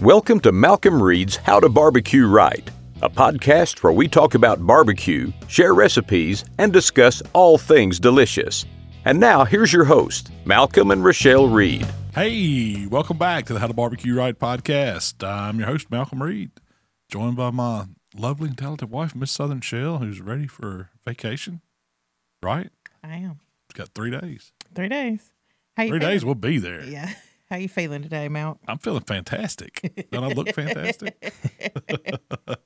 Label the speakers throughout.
Speaker 1: Welcome to Malcolm Reed's How to Barbecue Right, a podcast where we talk about barbecue, share recipes, and discuss all things delicious. And now here's your host, Malcolm and Rochelle Reed.
Speaker 2: Hey, welcome back to the How to Barbecue Right podcast. I'm your host, Malcolm Reed, joined by my lovely and talented wife, Miss Southern Shell, who's ready for vacation. Right?
Speaker 3: I am.
Speaker 2: It's got three days.
Speaker 3: Three days. How you
Speaker 2: Three
Speaker 3: feeling?
Speaker 2: days, we'll be there.
Speaker 3: Yeah. How you feeling today, Mount?
Speaker 2: I'm feeling fantastic. Don't I look fantastic?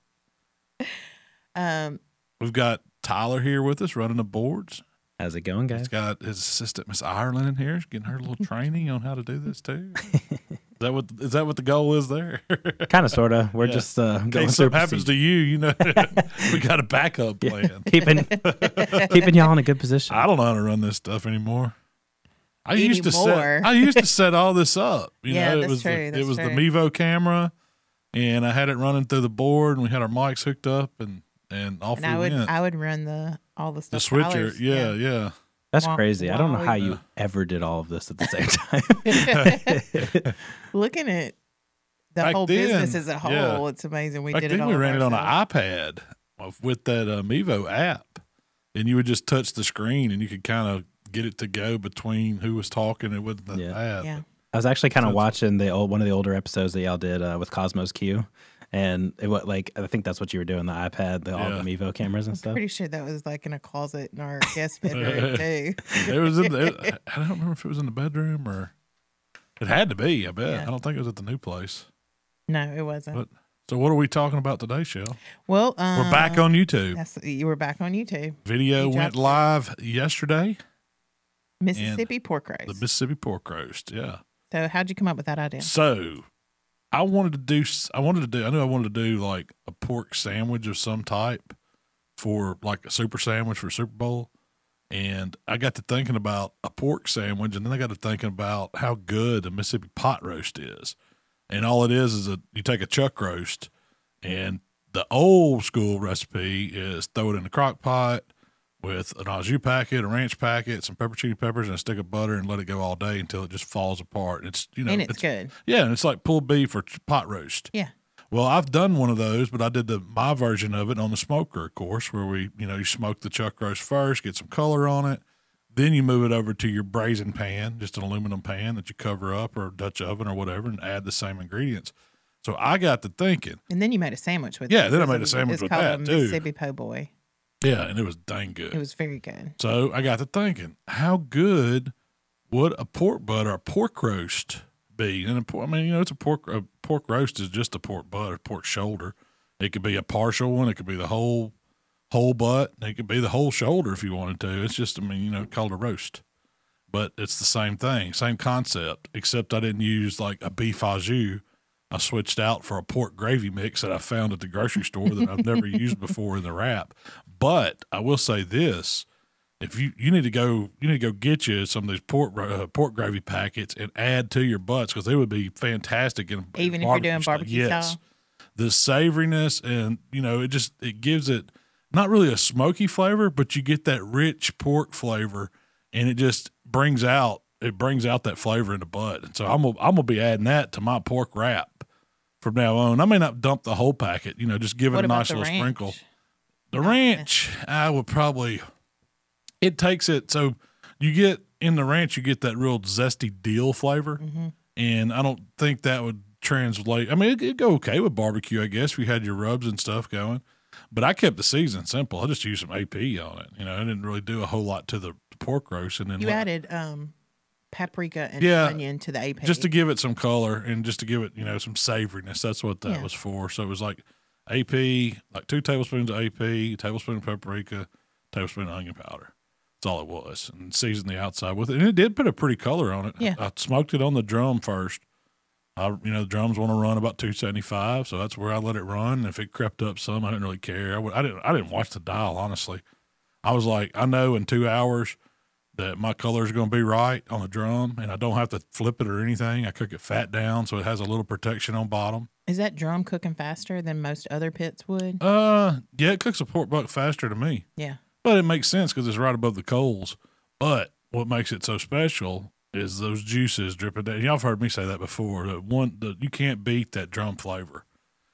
Speaker 3: Um,
Speaker 2: We've got Tyler here with us running the boards.
Speaker 4: How's it going,
Speaker 2: He's
Speaker 4: guys?
Speaker 2: got his assistant, Miss Ireland, in here. She's getting her little training on how to do this, too. Is that what, is that what the goal is there?
Speaker 4: Kind of, sort of. We're
Speaker 2: Yeah.
Speaker 4: just uh,
Speaker 2: In
Speaker 4: going
Speaker 2: case
Speaker 4: through
Speaker 2: something happens to
Speaker 4: procedure.
Speaker 2: you, you know, we got a backup plan.
Speaker 4: keeping keeping y'all in a good position.
Speaker 2: I don't know how to run this stuff anymore. I used to
Speaker 3: Anymore.
Speaker 2: set. I used to set all this up. You
Speaker 3: Yeah,
Speaker 2: know, it
Speaker 3: that's
Speaker 2: was
Speaker 3: true,
Speaker 2: The, it
Speaker 3: that's
Speaker 2: was the
Speaker 3: true.
Speaker 2: Mevo camera, and I had it running through the board, and we had our mics hooked up, and and off
Speaker 3: and
Speaker 2: we
Speaker 3: I would
Speaker 2: went.
Speaker 3: I would run the all the
Speaker 2: the
Speaker 3: stuff.
Speaker 2: switcher,
Speaker 3: Tyler's-
Speaker 2: yeah, yeah,
Speaker 4: That's
Speaker 3: Wah-
Speaker 4: crazy. I don't know
Speaker 3: wah-
Speaker 4: how
Speaker 2: uh,
Speaker 4: you ever did all of this at the same time.
Speaker 3: Looking at the
Speaker 2: Back
Speaker 3: whole business
Speaker 2: then,
Speaker 3: as a whole,
Speaker 2: yeah.
Speaker 3: it's amazing. We
Speaker 2: Back
Speaker 3: did it
Speaker 2: then
Speaker 3: all.
Speaker 2: we ran it on an
Speaker 3: ourselves.
Speaker 2: iPad of- with that uh, Mevo app, and you would just touch the screen, and you could kind of get it to go between who was talking and with the
Speaker 4: Yeah.
Speaker 2: app.
Speaker 3: Yeah.
Speaker 4: I was actually kind
Speaker 2: So
Speaker 4: of
Speaker 2: it's-
Speaker 4: watching the old one of the older episodes that y'all did uh, with Cosmos Q, and it was like I think that's what you were doing the iPad, the all the Mevo cameras and
Speaker 3: I'm
Speaker 4: stuff.
Speaker 3: pretty sure that was like in a closet in our guest bedroom too.
Speaker 2: it was in the, I don't remember if it was in the bedroom or it had to be. I bet.
Speaker 3: Yeah.
Speaker 2: I don't think it was at the new place.
Speaker 3: No, it wasn't.
Speaker 2: But so what are we talking about today, Shell?
Speaker 3: well, um,
Speaker 2: We're back on YouTube.
Speaker 3: That's, you were back on YouTube,
Speaker 2: Video
Speaker 3: we
Speaker 2: went
Speaker 3: dropped it.
Speaker 2: live yesterday.
Speaker 3: Mississippi pork roast.
Speaker 2: The Mississippi pork roast. Yeah.
Speaker 3: so how'd you come up with that idea?
Speaker 2: So I wanted to do. s- I wanted to do. I knew I wanted to do like a pork sandwich of some type for like a super sandwich for Super Bowl. And I got to thinking about a pork sandwich, and then I got to thinking about how good a Mississippi pot roast is. And all it is is a you take a chuck roast, and the old school recipe is throw it in the crock pot with an au jus packet, a ranch packet, some peppercini peppers, and a stick of butter, and let it go all day until it just falls apart. It's you know
Speaker 3: and it's, good.
Speaker 2: yeah, and it's like pulled beef or ch- pot roast.
Speaker 3: Yeah.
Speaker 2: Well, I've done one of those, but I did the my version of it on the smoker, of course, where we you know you smoke the chuck roast first, get some color on it, then you move it over to your brazen pan, just an aluminum pan that you cover up or Dutch oven or whatever, and add the same ingredients. So I got to thinking,
Speaker 3: And then you made a sandwich with
Speaker 2: Yeah,
Speaker 3: it.
Speaker 2: then I
Speaker 3: It's-
Speaker 2: made a sandwich
Speaker 3: it's
Speaker 2: with
Speaker 3: called
Speaker 2: that,
Speaker 3: a
Speaker 2: too.
Speaker 3: Mississippi po' boy.
Speaker 2: yeah, and it was dang good.
Speaker 3: It was very good.
Speaker 2: So I got to thinking, how good would a pork butt or a pork roast be? And a por- I mean, you know, it's a pork a pork roast is just a pork butt or pork shoulder. It could be a partial one. It could be the whole whole butt. and It could be the whole shoulder if you wanted to. It's just, I mean, you know, called a roast. But it's the same thing, same concept, except I didn't use like a beef au jus. I switched out for a pork gravy mix that I found at the grocery store that I've never used before in the wrap. But I will say this: if you you need to go you need to go get you some of these pork ro- uh, pork gravy packets and add to your butts because they would be fantastic in in
Speaker 3: Even if you're doing
Speaker 2: style.
Speaker 3: barbecue
Speaker 2: Yes,
Speaker 3: style?
Speaker 2: the savoriness and you know it just it gives it not really a smoky flavor, but you get that rich pork flavor, and it just brings out it brings out that flavor in the butt. And so I'm gonna, I'm gonna be adding that to my pork wrap from now on. I may not dump the whole packet, you know, just give it
Speaker 3: What
Speaker 2: a
Speaker 3: about
Speaker 2: nice
Speaker 3: the
Speaker 2: little
Speaker 3: ranch?
Speaker 2: sprinkle. The ranch, I would probably. It takes it so you get in the ranch, you get that real zesty deal flavor, and I don't think that would translate. I mean, it, it'd go okay with barbecue, I guess, if you had your rubs and stuff going. But I kept the season simple. I just used some AP on it. You know, I didn't really do a whole lot to the pork roast, and then
Speaker 3: You
Speaker 2: let-
Speaker 3: added um, paprika and
Speaker 2: Yeah,
Speaker 3: onion to the AP.
Speaker 2: just to give it some color and just to give it you know some savoriness that's what that
Speaker 3: Yeah.
Speaker 2: was for so it was like ap like two tablespoons of ap tablespoon of paprika tablespoon of onion powder that's all it was and season the outside with it and it did put a pretty color on it
Speaker 3: Yeah.
Speaker 2: i, I smoked it on the drum first I, you know the drums want to run about 275 so that's where i let it run if it crept up some i didn't really care I would- I didn't i didn't watch the dial honestly i was like i know in two hours that my color is going to be right on the drum and I don't have to flip it or anything. I cook it fat down so it has a little protection on bottom.
Speaker 3: Is that drum cooking faster than most other pits would?
Speaker 2: Uh, yeah, it cooks a pork buck faster to me,
Speaker 3: yeah.
Speaker 2: but it makes sense because it's right above the coals. But what makes it so special is those juices dripping down. Y'all have heard me say that before. The one, the, you can't beat that drum flavor,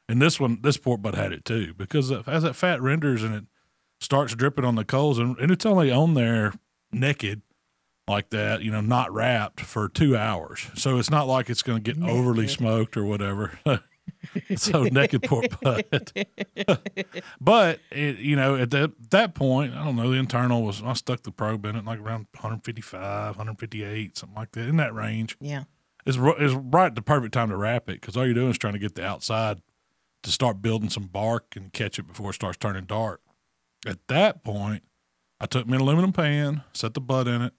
Speaker 2: and this one, this pork butt had it too because as that fat renders and it starts dripping on the coals, and, and it's only on there naked like that, you know, not wrapped for two hours. So it's not like it's going to get overly
Speaker 3: Naked.
Speaker 2: smoked or whatever. so naked pork butt. but it, you know, at that that point, I don't know. The internal was I stuck the probe in it like around 155, 158, something like that in that range.
Speaker 3: Yeah.
Speaker 2: It's ri- it's right at the perfect time to wrap it because all you're doing is trying to get the outside to start building some bark and catch it before it starts turning dark. At that point, I took me an aluminum pan, set the butt in it,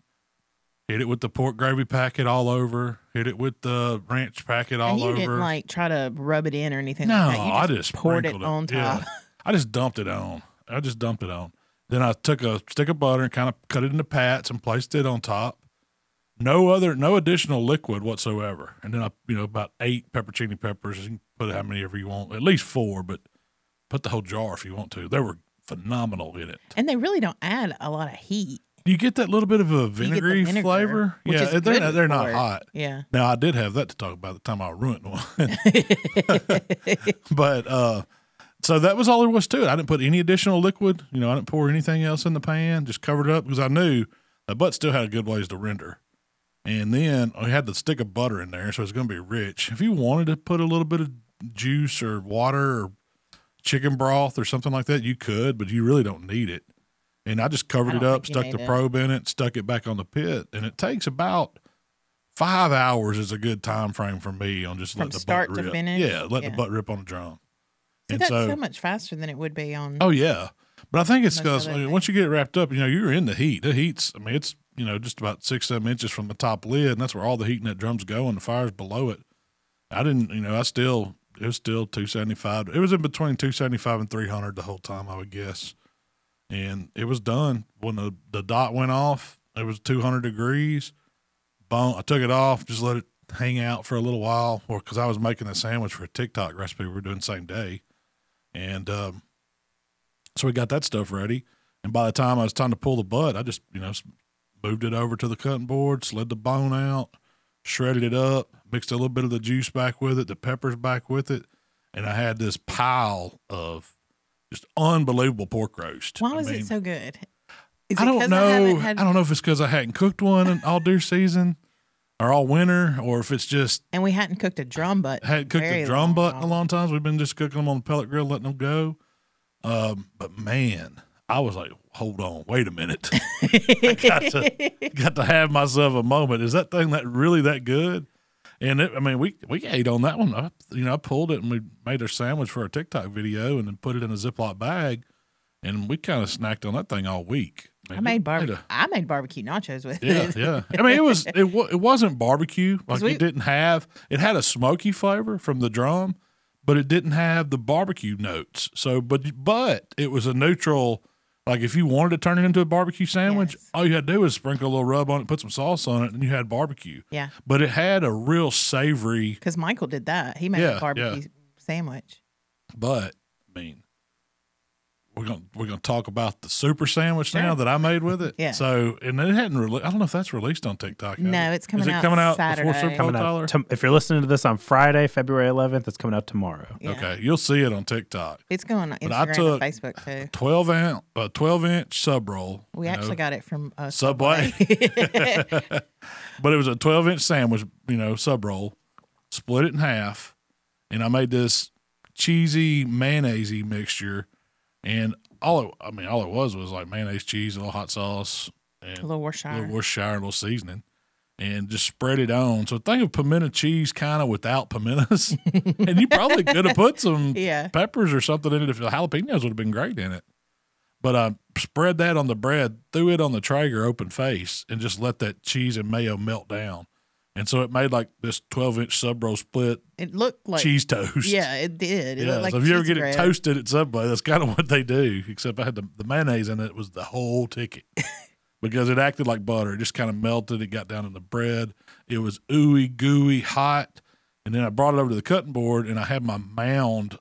Speaker 2: hit it with the pork gravy packet all over, hit it with the ranch packet all
Speaker 3: and you
Speaker 2: over.
Speaker 3: didn't like try to rub it in or anything
Speaker 2: No,
Speaker 3: like that. You
Speaker 2: I just
Speaker 3: poured it
Speaker 2: sprinkled it.
Speaker 3: on
Speaker 2: Yeah.
Speaker 3: top.
Speaker 2: I just dumped it on. I just dumped it on. Then I took a stick of butter and kind of cut it into pats and placed it on top. No other, no additional liquid whatsoever. And then I, you know, about eight peppercini peppers. You can put how many ever you want, at least four, but put the whole jar if you want to. They were phenomenal in it.
Speaker 3: And they really don't add a lot of heat.
Speaker 2: You get that little bit of a
Speaker 3: You get the
Speaker 2: vinegary
Speaker 3: vinegar,
Speaker 2: flavor.
Speaker 3: which
Speaker 2: yeah,
Speaker 3: is
Speaker 2: they're,
Speaker 3: good
Speaker 2: not, they're not
Speaker 3: for it.
Speaker 2: hot.
Speaker 3: Yeah.
Speaker 2: Now I did have that to talk about the time I ruined one. but uh so that was all there was to it. I didn't put any additional liquid, you know, I didn't pour anything else in the pan, just covered it up because I knew the butt still had a good ways to render. And then I had the stick of butter in there, so it's gonna be rich. If you wanted to put a little bit of juice or water or chicken broth or something like that, you could, but you really don't need it. And I just covered
Speaker 3: I
Speaker 2: it
Speaker 3: don't
Speaker 2: up,
Speaker 3: think you
Speaker 2: stuck the
Speaker 3: need it.
Speaker 2: probe in it, stuck it back on the pit, and it takes about five hours is a good time frame for me on just
Speaker 3: From
Speaker 2: let the
Speaker 3: start
Speaker 2: butt
Speaker 3: to
Speaker 2: rip.
Speaker 3: finish?
Speaker 2: Yeah, let the
Speaker 3: Yeah.
Speaker 2: butt rip on the drum.
Speaker 3: So
Speaker 2: and
Speaker 3: that's so,
Speaker 2: so,
Speaker 3: much faster than it would be on.
Speaker 2: oh yeah, but I think it's
Speaker 3: Most
Speaker 2: because
Speaker 3: other
Speaker 2: once you get it wrapped up, you know you're in the heat. The heat's, I mean, it's you know just about six seven inches from the top lid, and that's where all the heat in that drum's going. The fire's below it. I didn't, you know, I still it was still two seventy five. It was in between two seventy five and three hundred the whole time, I would guess. And it was done when the the dot went off. It was two hundred degrees. Bone. I took it off, just let it hang out for a little while, or because I was making a sandwich for a TikTok recipe we were doing the same day, and um, so we got that stuff ready. And by the time I was time to pull the butt, I just you know s- moved it over to the cutting board, slid the bone out, shredded it up, mixed a little bit of the juice back with it, the peppers back with it, and I had this pile of just unbelievable pork roast.
Speaker 3: Why
Speaker 2: I
Speaker 3: was
Speaker 2: mean,
Speaker 3: it so good? Is
Speaker 2: I
Speaker 3: it
Speaker 2: don't
Speaker 3: 'cause I
Speaker 2: know.
Speaker 3: haven't
Speaker 2: I,
Speaker 3: had-
Speaker 2: don't know if it's because I hadn't cooked one in all deer season or all winter, or if it's just
Speaker 3: and we hadn't cooked a drum butt.
Speaker 2: hadn't cooked
Speaker 3: very
Speaker 2: the drum
Speaker 3: long
Speaker 2: butt in
Speaker 3: while.
Speaker 2: a long time. We've been just cooking them on the pellet grill, letting them go. Um, but man, I was like, hold on, wait a minute. I got to, got to have myself a moment. Is that thing that really that good? And it, I mean, we we ate on that one. I, you know, I pulled it and we made our sandwich for our TikTok video, and then put it in a Ziploc bag, and we kind of snacked on that thing all week.
Speaker 3: I made
Speaker 2: barb.
Speaker 3: barbecue. I made barbecue nachos with
Speaker 2: Yeah,
Speaker 3: it.
Speaker 2: yeah. I mean, it was it, wa- it wasn't barbecue. Like
Speaker 3: we-
Speaker 2: it didn't have. It had a smoky flavor from the drum, but it didn't have the barbecue notes. So, but but it was a neutral. Like if you wanted to turn it into a barbecue sandwich,
Speaker 3: Yes.
Speaker 2: all you had to do was sprinkle a little rub on it, put some sauce on it, and you had barbecue.
Speaker 3: Yeah.
Speaker 2: But it had a real savory.
Speaker 3: Because Michael did that. He made
Speaker 2: Yeah, yeah.
Speaker 3: a barbecue sandwich.
Speaker 2: But I mean, we're gonna we're gonna talk about the super sandwich now
Speaker 3: Sure.
Speaker 2: that I made with it.
Speaker 3: Yeah.
Speaker 2: So and it hadn't. Re- I don't know if that's released on TikTok. has
Speaker 3: No,
Speaker 2: it?
Speaker 3: it's coming
Speaker 2: Is it
Speaker 3: out
Speaker 2: coming out before
Speaker 3: Saturday.
Speaker 2: Super Bowl,
Speaker 4: Coming
Speaker 2: Tyler?
Speaker 4: out to, if you're listening to this on Friday, February 11th, it's coming out tomorrow.
Speaker 3: Yeah.
Speaker 2: Okay, you'll see it on TikTok.
Speaker 3: It's going on
Speaker 2: I
Speaker 3: Instagram
Speaker 2: took-
Speaker 3: and Facebook too.
Speaker 2: Twelve ounce, uh, twelve inch sub roll.
Speaker 3: We
Speaker 2: you
Speaker 3: actually
Speaker 2: know,
Speaker 3: got it from uh,
Speaker 2: Subway. but it was a twelve inch sandwich, you know, sub roll. Split it in half, and I made this cheesy mayonnaisey mixture, and all it, I mean, all it was was like mayonnaise, cheese, a little hot sauce, and
Speaker 3: Little Worcestershire.
Speaker 2: a little Worcestershire, a little seasoning, and just spread it on. So think of pimento cheese kind of without pimentos, and you probably could have put some
Speaker 3: Yeah.
Speaker 2: peppers or something in it. If the jalapenos would have been great in it, but I spread that on the bread, threw it on the Traeger open face, and just let that cheese and mayo melt down. And so it made like this twelve inch sub roll split
Speaker 3: It looked like
Speaker 2: cheese toast.
Speaker 3: Yeah, it did. It
Speaker 2: Yeah,
Speaker 3: looked like
Speaker 2: so if you ever
Speaker 3: cheese
Speaker 2: get
Speaker 3: bread.
Speaker 2: it toasted at Subway, that's kind of what they do. Except I had the, the mayonnaise in it was the whole ticket because it acted like butter. It just kind of melted. It got down in the bread. It was ooey gooey hot. And then I brought it over to the cutting board and I had my mound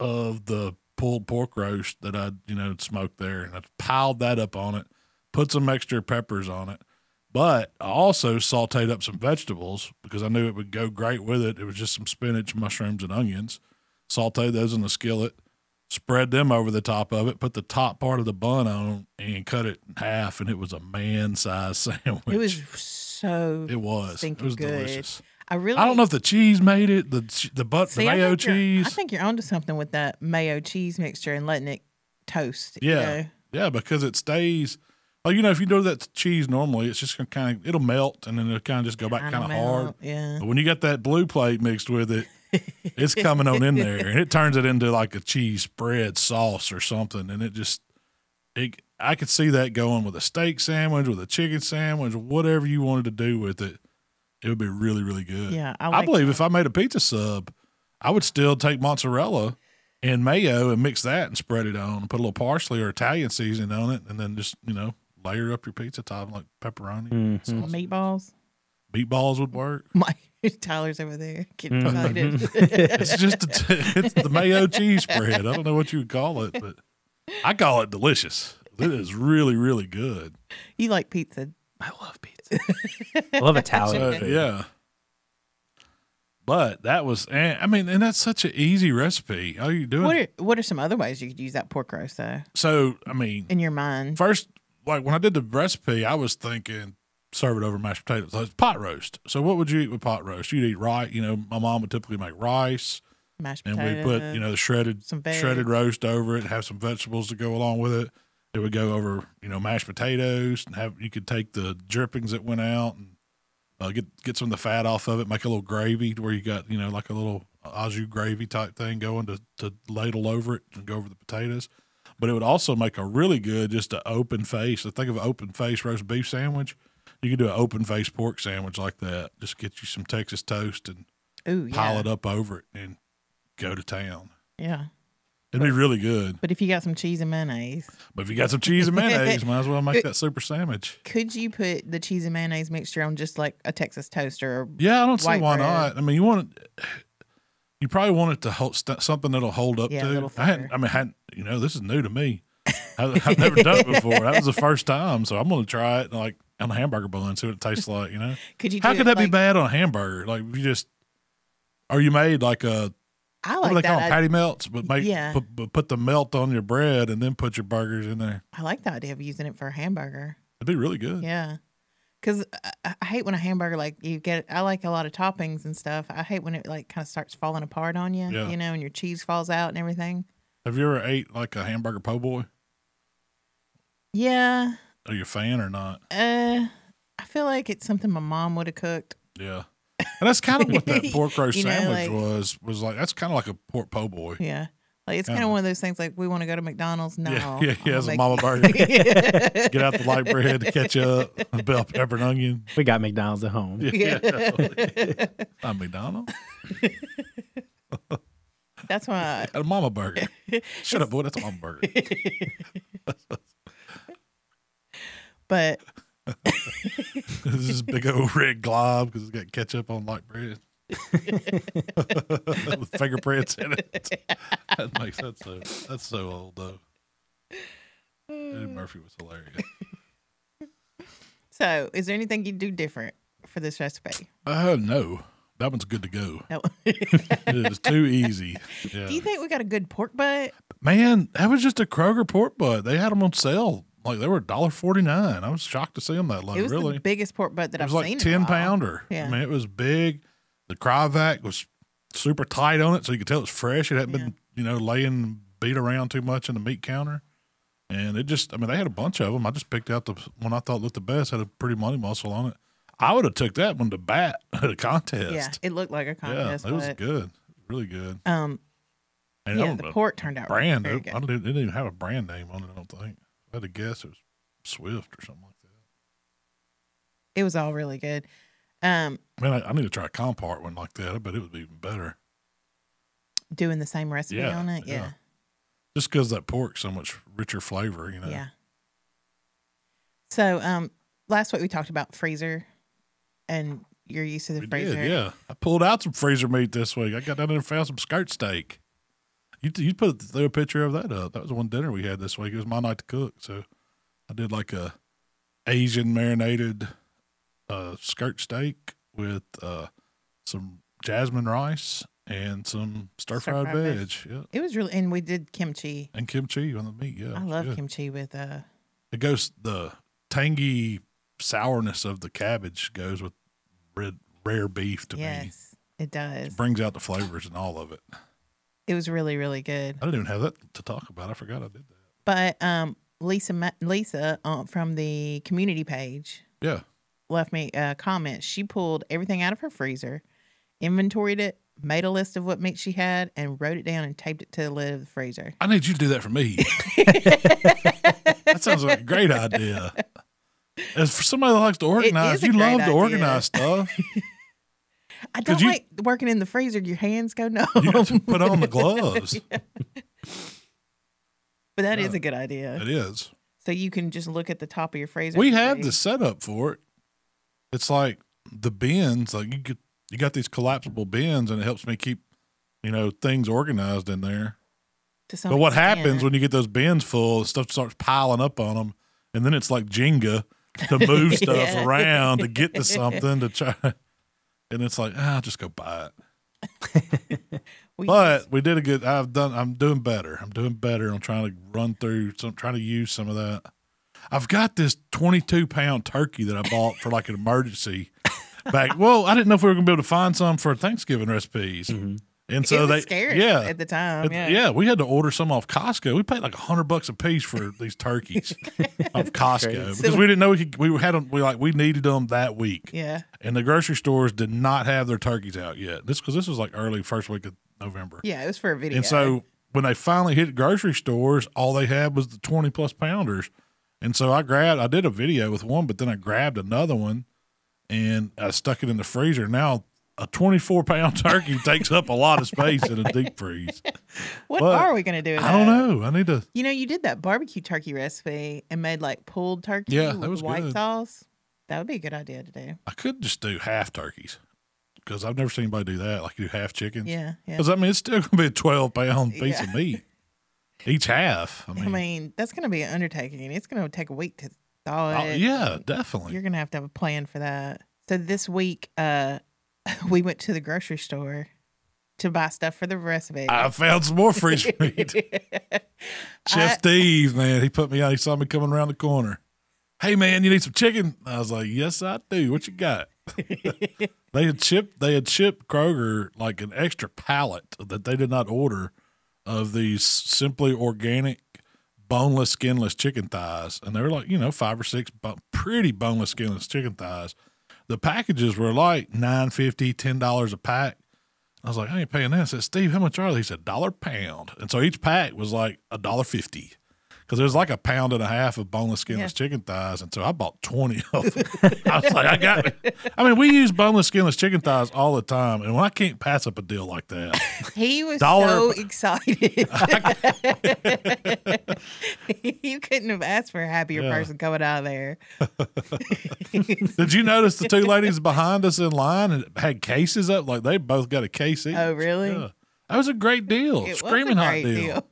Speaker 2: of the pulled pork roast that I you know smoked there, and I piled that up on it, put some extra peppers on it, But I also sauteed up some vegetables because I knew it would go great with it. It was just some spinach, mushrooms, and onions. Sauteed those in the skillet, spread them over the top of it, put the top part of the bun on, and cut it in half. And it was a man sized sandwich.
Speaker 3: It was so.
Speaker 2: It was. It
Speaker 3: stinking
Speaker 2: was
Speaker 3: good.
Speaker 2: delicious.
Speaker 3: I really.
Speaker 2: I don't know if the cheese made it. The ch- the but
Speaker 3: See,
Speaker 2: the
Speaker 3: I
Speaker 2: mayo
Speaker 3: think you're-
Speaker 2: cheese.
Speaker 3: I think you're onto something with that mayo cheese mixture and letting it toast. you
Speaker 2: Yeah.
Speaker 3: know?
Speaker 2: Yeah, because it stays. Oh, you know, if you do that cheese normally, it's just gonna kind of it'll melt and then it'll kind of just go back kind of
Speaker 3: Kinda
Speaker 2: hard.
Speaker 3: melt, Yeah.
Speaker 2: But when you got that blue plate mixed with it, it's coming on in there and it turns it into like a cheese spread sauce or something. And it just, it, I could see that going with a steak sandwich, with a chicken sandwich, whatever you wanted to do with it. It would be really, really good.
Speaker 3: Yeah, I
Speaker 2: I,
Speaker 3: like
Speaker 2: believe if I made a pizza sub, I would still take mozzarella and mayo and mix that and spread it on and put a little parsley or Italian seasoning on it and then just, you know, layer up your pizza top like pepperoni.
Speaker 3: Mm-hmm.
Speaker 2: sausage.
Speaker 4: Mhm.
Speaker 3: Meatballs.
Speaker 2: Meatballs would work.
Speaker 3: My Tyler's over there getting
Speaker 4: Mhm.
Speaker 3: excited.
Speaker 2: It's just a t- it's the mayo cheese spread. I don't know what you would call it, but I call it delicious. It is really, really good.
Speaker 3: you like pizza?
Speaker 4: I love pizza. I love Italian
Speaker 2: So,
Speaker 4: food.
Speaker 2: yeah. But that was, and, I mean, and that's such an easy recipe. All you doing?
Speaker 3: What are What are some other ways you could use that pork roast though?
Speaker 2: so, I mean,
Speaker 3: In your mind,
Speaker 2: first, like when I did the recipe, I was thinking serve it over mashed potatoes. So it's pot roast. So, what would you eat with pot roast? You'd eat rice. You know, my mom would typically make rice.
Speaker 3: mashed
Speaker 2: and
Speaker 3: potatoes.
Speaker 2: we put you know the shredded
Speaker 3: some
Speaker 2: shredded
Speaker 3: veg.
Speaker 2: roast over it, have some vegetables to go along with it. It would go over you know mashed potatoes, and have you could take the drippings that went out and uh, get get some of the fat off of it, make a little gravy to where you got you know like a little au jus gravy type thing going to to ladle over it and go over the potatoes. But it would also make a really good just an open face. So think of an open face roast beef sandwich. You could do an open face pork sandwich like that. Just get you some Texas toast and
Speaker 3: Ooh, yeah.
Speaker 2: pile it up over it and go to town.
Speaker 3: Yeah.
Speaker 2: It'd be really good.
Speaker 3: But if you got some cheese and mayonnaise,
Speaker 2: But if you got some cheese and mayonnaise, might as well make that super sandwich.
Speaker 3: could you put the cheese and mayonnaise mixture on just like a Texas toaster? Or,
Speaker 2: Yeah, I don't see
Speaker 3: White
Speaker 2: why
Speaker 3: bread.
Speaker 2: not. I mean, you want it, you probably want it to hold st- something that'll hold up
Speaker 3: Yeah, a
Speaker 2: to.
Speaker 3: little
Speaker 2: I hadn't,
Speaker 3: thicker.
Speaker 2: I mean, hadn't, you know, this is new to me. I, I've never done it before. That was the first time, so I'm gonna try it like on a hamburger bun, see what it tastes like. You know,
Speaker 3: Could you?
Speaker 2: how
Speaker 3: do
Speaker 2: could that
Speaker 3: it
Speaker 2: be
Speaker 3: like-
Speaker 2: bad on a hamburger? Like if you just, are you made like a
Speaker 3: I
Speaker 2: what
Speaker 3: like
Speaker 2: do they
Speaker 3: that.
Speaker 2: call 'em,
Speaker 3: idea.
Speaker 2: patty melts? But make
Speaker 3: Yeah.
Speaker 2: put, but put the melt on your bread and then put your burgers in there.
Speaker 3: I like the idea of using it for a hamburger.
Speaker 2: It'd be really good.
Speaker 3: Yeah. Cause I- I, I hate when a hamburger like you get. I like a lot of toppings and stuff. I hate when it like kind of starts falling apart on you.
Speaker 2: Yeah.
Speaker 3: You know, and your cheese falls out and everything.
Speaker 2: Have you ever ate like a hamburger po' boy?
Speaker 3: Yeah.
Speaker 2: Are you a fan or not?
Speaker 3: Uh, I feel like it's something my mom would have cooked.
Speaker 2: Yeah. And that's kind of what that pork roast
Speaker 3: You know,
Speaker 2: sandwich
Speaker 3: like-
Speaker 2: was. Was like that's kind of like a pork po' boy.
Speaker 3: Yeah. Like it's kind
Speaker 2: Yeah.
Speaker 3: of one of those things like we want to go to McDonald's. No.
Speaker 2: yeah, yeah, yeah. It's a
Speaker 3: I'ma Oh, make-
Speaker 2: mama burger. Get out the light bread, the ketchup, the bell pepper and onion.
Speaker 4: We got McDonald's at home.
Speaker 2: Yeah, not McDonald's.
Speaker 3: That's why.
Speaker 2: Got a mama burger. Shut up, boy. That's a mama burger.
Speaker 3: But
Speaker 2: this is big old red glob because it's got ketchup on light bread. With fingerprints in it. That makes sense. Though. That's so old though. Eddie Murphy was hilarious.
Speaker 3: so, is there anything you do different for this recipe?
Speaker 2: Uh no, that one's good to go.
Speaker 3: No.
Speaker 2: It is too easy. Yeah.
Speaker 3: do you think we got a good pork butt?
Speaker 2: Man, that was just a Kroger pork butt. They had them on sale. Like they were $1.49. I was shocked to see them that low.
Speaker 3: it was
Speaker 2: really,
Speaker 3: the biggest pork butt that
Speaker 2: it was
Speaker 3: I've
Speaker 2: like
Speaker 3: seen. in a
Speaker 2: ten
Speaker 3: while.
Speaker 2: pounder. I
Speaker 3: Yeah.
Speaker 2: mean, it was big. The cryovac was super tight on it, so you could tell it's fresh. It hadn't been you know laying beat around too much in the meat counter, and it just I mean they had a bunch of them. I just picked out the one I thought looked the best. Had a pretty money muscle on it. I would have took that one to bat at a
Speaker 3: Yeah,
Speaker 2: contest.
Speaker 3: it looked like a contest.
Speaker 2: it was
Speaker 3: but,
Speaker 2: good, really good.
Speaker 3: Um,
Speaker 2: And I
Speaker 3: yeah,
Speaker 2: don't
Speaker 3: the
Speaker 2: know,
Speaker 3: pork turned out
Speaker 2: brand.
Speaker 3: Very
Speaker 2: It, I
Speaker 3: good.
Speaker 2: didn't, it didn't even have a brand name on it. I don't think. If I had to guess it was Swift or something like that.
Speaker 3: It was all really good. Um,
Speaker 2: Man, I, I need to try a compart one like that. I bet it would be even better.
Speaker 3: doing the same recipe
Speaker 2: Yeah,
Speaker 3: on it.
Speaker 2: yeah.
Speaker 3: Yeah,
Speaker 2: just because that pork's so much richer flavor, you know.
Speaker 3: yeah. So, um, last week we talked about freezer, and you're used to the
Speaker 2: we
Speaker 3: freezer.
Speaker 2: did. Yeah, I pulled out some freezer meat this week. I got down there and found some skirt steak. You you put threw a picture of that up. That was one dinner we had this week. It was my night to cook, so I did like a Asian marinated uh, skirt steak with uh, some jasmine rice and some stir fried
Speaker 3: Stir-fried
Speaker 2: veg.
Speaker 3: veg.
Speaker 2: Yeah.
Speaker 3: It was really, and we did kimchi.
Speaker 2: And kimchi on the meat. Yeah.
Speaker 3: I
Speaker 2: it's
Speaker 3: love
Speaker 2: good.
Speaker 3: kimchi with uh,
Speaker 2: It goes, the tangy sourness of the cabbage goes with red, rare beef to me.
Speaker 3: yes, it does.
Speaker 2: It brings out the flavors and all of it.
Speaker 3: It was really, really good.
Speaker 2: I didn't even have that to talk about. I forgot I did that.
Speaker 3: But um, Lisa, Ma- Lisa uh, from the community page
Speaker 2: Yeah.
Speaker 3: left me a comment. She pulled everything out of her freezer, inventoried it, made a list of what meat she had, and wrote it down and taped it to the lid of the freezer.
Speaker 2: I need you to do that for me. that sounds like a great idea. As for somebody that likes to organize,
Speaker 3: is a
Speaker 2: you
Speaker 3: great
Speaker 2: love to
Speaker 3: idea.
Speaker 2: organize stuff.
Speaker 3: I don't
Speaker 2: you-
Speaker 3: like working in the freezer. Your hands go numb.
Speaker 2: You have to put on the gloves.
Speaker 3: but that is
Speaker 2: Yeah.
Speaker 3: a good idea.
Speaker 2: It is.
Speaker 3: So you can just look at the top of your freezer.
Speaker 2: uh, We
Speaker 3: and
Speaker 2: have
Speaker 3: see.
Speaker 2: the setup for it. It's like the bins, like you get you got these collapsible bins and it helps me keep, you know, things organized in there.
Speaker 3: To some
Speaker 2: But what
Speaker 3: extent.
Speaker 2: happens when you get those bins full, stuff starts piling up on them, and then it's like Jenga to move stuff
Speaker 3: Yeah.
Speaker 2: around to get to something to try. And it's like, ah, just go buy it.
Speaker 3: We
Speaker 2: But we did a good. I've done. I'm doing better. I'm doing better on trying to run through. Some trying to use some of that. I've got this 22 pound turkey that I bought for like an emergency. Back. Well, I didn't know if we were gonna be able to find some for Thanksgiving recipes. And so
Speaker 3: Mm-hmm. it was
Speaker 2: they.
Speaker 3: scarce
Speaker 2: yeah.
Speaker 3: at the time.
Speaker 2: But,
Speaker 3: Yeah.
Speaker 2: yeah. we had to order some off Costco. We paid like a hundred bucks a piece for these turkeys off Costco
Speaker 4: crazy.
Speaker 2: because we didn't know we, could, we had them. We like we needed them that week,
Speaker 3: Yeah.
Speaker 2: and the grocery stores did not have their turkeys out yet. This because this was like early first week of November,
Speaker 3: Yeah, it was for a video.
Speaker 2: and so when they finally hit grocery stores, all they had was the twenty plus pounders, and so I grabbed. I did a video with one, but then I grabbed another one, and I stuck it in the freezer. Now. A 24 pound turkey takes up a lot of space in a deep freeze.
Speaker 3: what
Speaker 2: but
Speaker 3: are we gonna do? with
Speaker 2: I don't
Speaker 3: that?
Speaker 2: know. I need to.
Speaker 3: You know, you did that barbecue turkey recipe and made like pulled turkey
Speaker 2: Yeah, that
Speaker 3: with
Speaker 2: was
Speaker 3: white
Speaker 2: good.
Speaker 3: sauce. That would be a good idea to do.
Speaker 2: I could just do half turkeys because I've never seen anybody do that. Like you do half chickens.
Speaker 3: Yeah, yeah.
Speaker 2: Because I mean, it's still gonna be a twelve pound piece
Speaker 3: Yeah.
Speaker 2: of meat each half. I mean,
Speaker 3: I mean, that's gonna be an undertaking. It's gonna take a week to thaw
Speaker 2: I-
Speaker 3: it.
Speaker 2: uh, Oh, yeah, definitely.
Speaker 3: You're gonna have to have a plan for that. So this week, uh, we went to the grocery store to buy stuff for the recipe.
Speaker 2: I found some more freeze meat. Chef
Speaker 3: I-
Speaker 2: Steve, man, he put me out. He saw me coming around the corner. Hey, man, you need some chicken? I was like, yes, I do. What you got? they had shipped. They had shipped Kroger like an extra pallet that they did not order of these simply organic, boneless, skinless chicken thighs, and they were like, you know, five or six bo- pretty boneless, skinless chicken thighs. The packages were like nine fifty, ten dollars a pack. I was like, I ain't paying that. I said, Steve, how much are they? He said, dollar pound. And so each pack was like a dollar fifty. Because there's like a pound and a half of boneless, skinless chicken thighs, and so I bought twenty of them. I was like, I got. It. I mean, we use boneless, skinless chicken thighs all the time, and when I can't pass up a deal like that,
Speaker 3: he was
Speaker 2: Dollar-
Speaker 3: so excited. you couldn't have asked for a happier
Speaker 2: Yeah.
Speaker 3: person coming out of there.
Speaker 2: Did you notice the two ladies behind us in line and had cases up? Like they both got a case each.
Speaker 3: Oh, really?
Speaker 2: Yeah. That was a great deal.
Speaker 3: It was a
Speaker 2: Screaming hot
Speaker 3: great
Speaker 2: deal.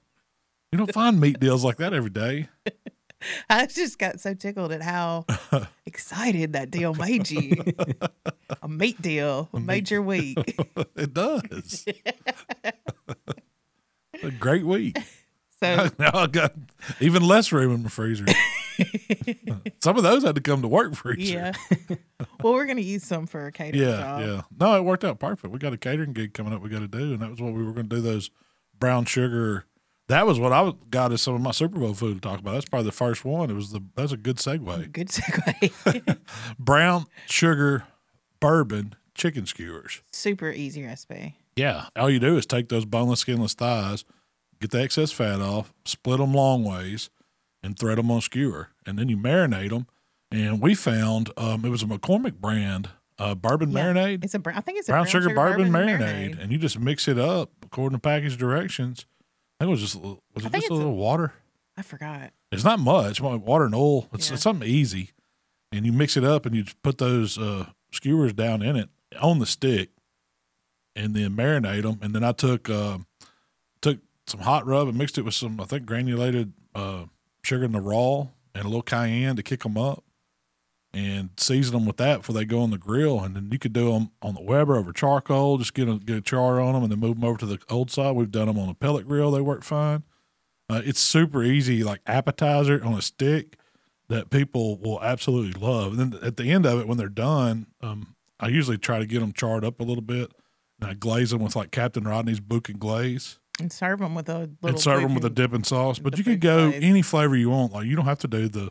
Speaker 2: You don't find meat deals like that every day.
Speaker 3: I just got so tickled at how excited that deal made you. a meat deal made your week.
Speaker 2: It does. a great week.
Speaker 3: So
Speaker 2: now I got even less room in my freezer. Some of those had to come to work freezer.
Speaker 3: yeah. well, we're gonna use some for a catering
Speaker 2: Yeah,
Speaker 3: job.
Speaker 2: yeah. No, it worked out perfect. We got a catering gig coming up. We got to do, and that was what we were going to do. Those brown sugar. That was what I was- got as some of my Super Bowl food to talk about. That's probably the first one. It was the that's a good segue.
Speaker 3: Good segue.
Speaker 2: Brown sugar bourbon chicken skewers.
Speaker 3: Super easy recipe.
Speaker 2: Yeah. All you do is take those boneless, skinless thighs, get the excess fat off, split them long ways, and thread them on a skewer. And then you marinate them. And we found um, it was a McCormick brand uh, bourbon
Speaker 3: Yeah.
Speaker 2: marinade
Speaker 3: It's a brown. I think it's a
Speaker 2: brown sugar, bourbon, marinade,
Speaker 3: marinade.
Speaker 2: and you just mix it up according to package directions. I think it was just a little, was
Speaker 3: I
Speaker 2: it
Speaker 3: think
Speaker 2: just a
Speaker 3: it's a-
Speaker 2: little water?
Speaker 3: I forgot.
Speaker 2: It's not much. wa- Water and oil. It's,
Speaker 3: Yeah.
Speaker 2: it's something easy, and you mix it up and you just put those uh, skewers down in it on the stick, and then marinate them. And then I took um took some hot rub and mixed it with some I think granulated uh, sugar in the raw and a little cayenne to kick them up, and season them with that before they go on the grill. And then you could do them on the Weber over charcoal, just get a, get a char on them and then move them over to the old side. We've done them on a pellet grill, they work fine. Uh, it's super easy, like appetizer on a stick that people will absolutely love. And then at the end of it, when they're done, um, I usually try to get them charred up a little bit. And I glaze them with like Captain Rodney's Book and Glaze
Speaker 3: and serve them with a little.
Speaker 2: and serve them with a
Speaker 3: bacon.
Speaker 2: dipping sauce. But
Speaker 3: the
Speaker 2: you could
Speaker 3: food
Speaker 2: go
Speaker 3: glaze.
Speaker 2: any flavor you want. Like you don't have to do the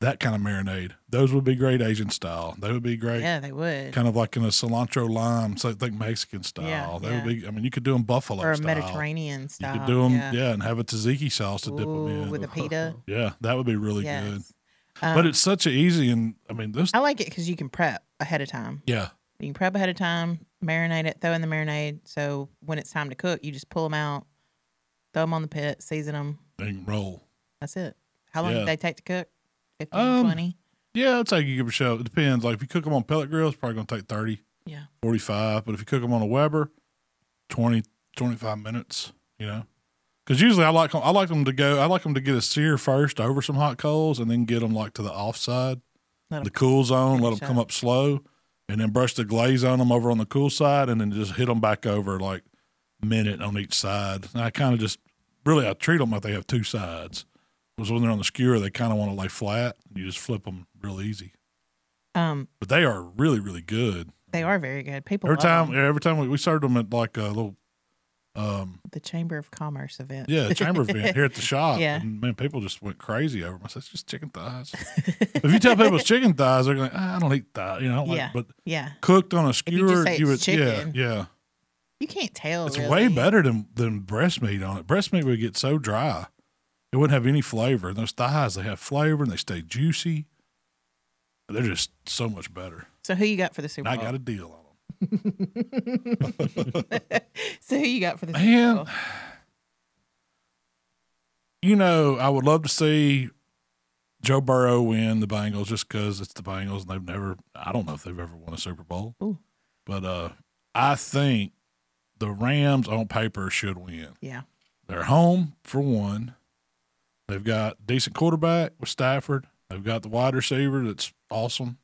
Speaker 2: that kind of marinade. Those would be great Asian style. They would be great,
Speaker 3: Yeah, they would.
Speaker 2: kind of like in a cilantro lime, so think Mexican style.
Speaker 3: Yeah,
Speaker 2: they
Speaker 3: yeah.
Speaker 2: would be. I mean, you could do them buffalo
Speaker 3: or a
Speaker 2: style.
Speaker 3: Mediterranean
Speaker 2: You
Speaker 3: style.
Speaker 2: could do them, yeah.
Speaker 3: yeah.
Speaker 2: and have a tzatziki sauce to dip them
Speaker 3: Ooh,
Speaker 2: in.
Speaker 3: with a pita.
Speaker 2: yeah, that would be really
Speaker 3: yes.
Speaker 2: good.
Speaker 3: Um,
Speaker 2: but it's such an easy and I mean this.
Speaker 3: I like it because you can prep ahead of time.
Speaker 2: yeah,
Speaker 3: You can prep ahead of time, marinate it, throw in the marinade. So when it's time to cook, you just pull them out, throw them on the pit, season them.
Speaker 2: they can roll.
Speaker 3: That's it. How long
Speaker 2: Yeah.
Speaker 3: did they take to cook? 15,
Speaker 2: Um,
Speaker 3: 20?
Speaker 2: Yeah, it's like you give a show. It depends. Like if you cook them on pellet grill, it's probably gonna take thirty.
Speaker 3: Yeah.
Speaker 2: 45 but if you cook them on a weber 20 25 minutes you know because usually i like 'em- i like them to go i like them to get a sear first over some hot coals and then get them like to the offside
Speaker 3: Let 'em
Speaker 2: the cool zone let them
Speaker 3: finish
Speaker 2: come up slow and then brush the glaze on them over on the cool side and then just hit them back over like minute on each side and i kind of just really i treat them like they have two sides because when they're on the skewer they kind of want to lay flat and you just flip them real easy
Speaker 3: Um,
Speaker 2: but they are really really good
Speaker 3: they are very good. People
Speaker 2: Every
Speaker 3: love
Speaker 2: time,
Speaker 3: 'em.
Speaker 2: yeah, every time we, we served them at like a little, um,
Speaker 3: the Chamber of Commerce event.
Speaker 2: yeah, chamber event here at the shop.
Speaker 3: Yeah.
Speaker 2: And man, people just went crazy over them. I said, it's just chicken thighs. if you tell people it's chicken thighs, they're like, ah, I don't eat thighs, you know, like,
Speaker 3: Yeah.
Speaker 2: but
Speaker 3: Yeah.
Speaker 2: cooked on a
Speaker 3: you just
Speaker 2: skewer,
Speaker 3: say
Speaker 2: you would,
Speaker 3: it's
Speaker 2: yeah,
Speaker 3: chicken,
Speaker 2: yeah.
Speaker 3: You can't tell.
Speaker 2: It's
Speaker 3: really.
Speaker 2: way better than, than breast meat on it. Breast meat would get so dry. It wouldn't have any flavor. And those thighs, they have flavor and they stay juicy. They're just so much better.
Speaker 3: So who you got for the Super
Speaker 2: And I
Speaker 3: Bowl?
Speaker 2: got a deal on them.
Speaker 3: So who you got for the Super
Speaker 2: Man.
Speaker 3: Bowl?
Speaker 2: you know, I would love to see Joe Burrow win the Bengals just because it's the Bengals and they've never, I don't know if they've ever won a Super Bowl.
Speaker 3: Ooh.
Speaker 2: But uh, I think the Rams on paper should win.
Speaker 3: Yeah.
Speaker 2: They're home for one. They've got decent quarterback with Stafford. They've got the wide receiver that's awesome.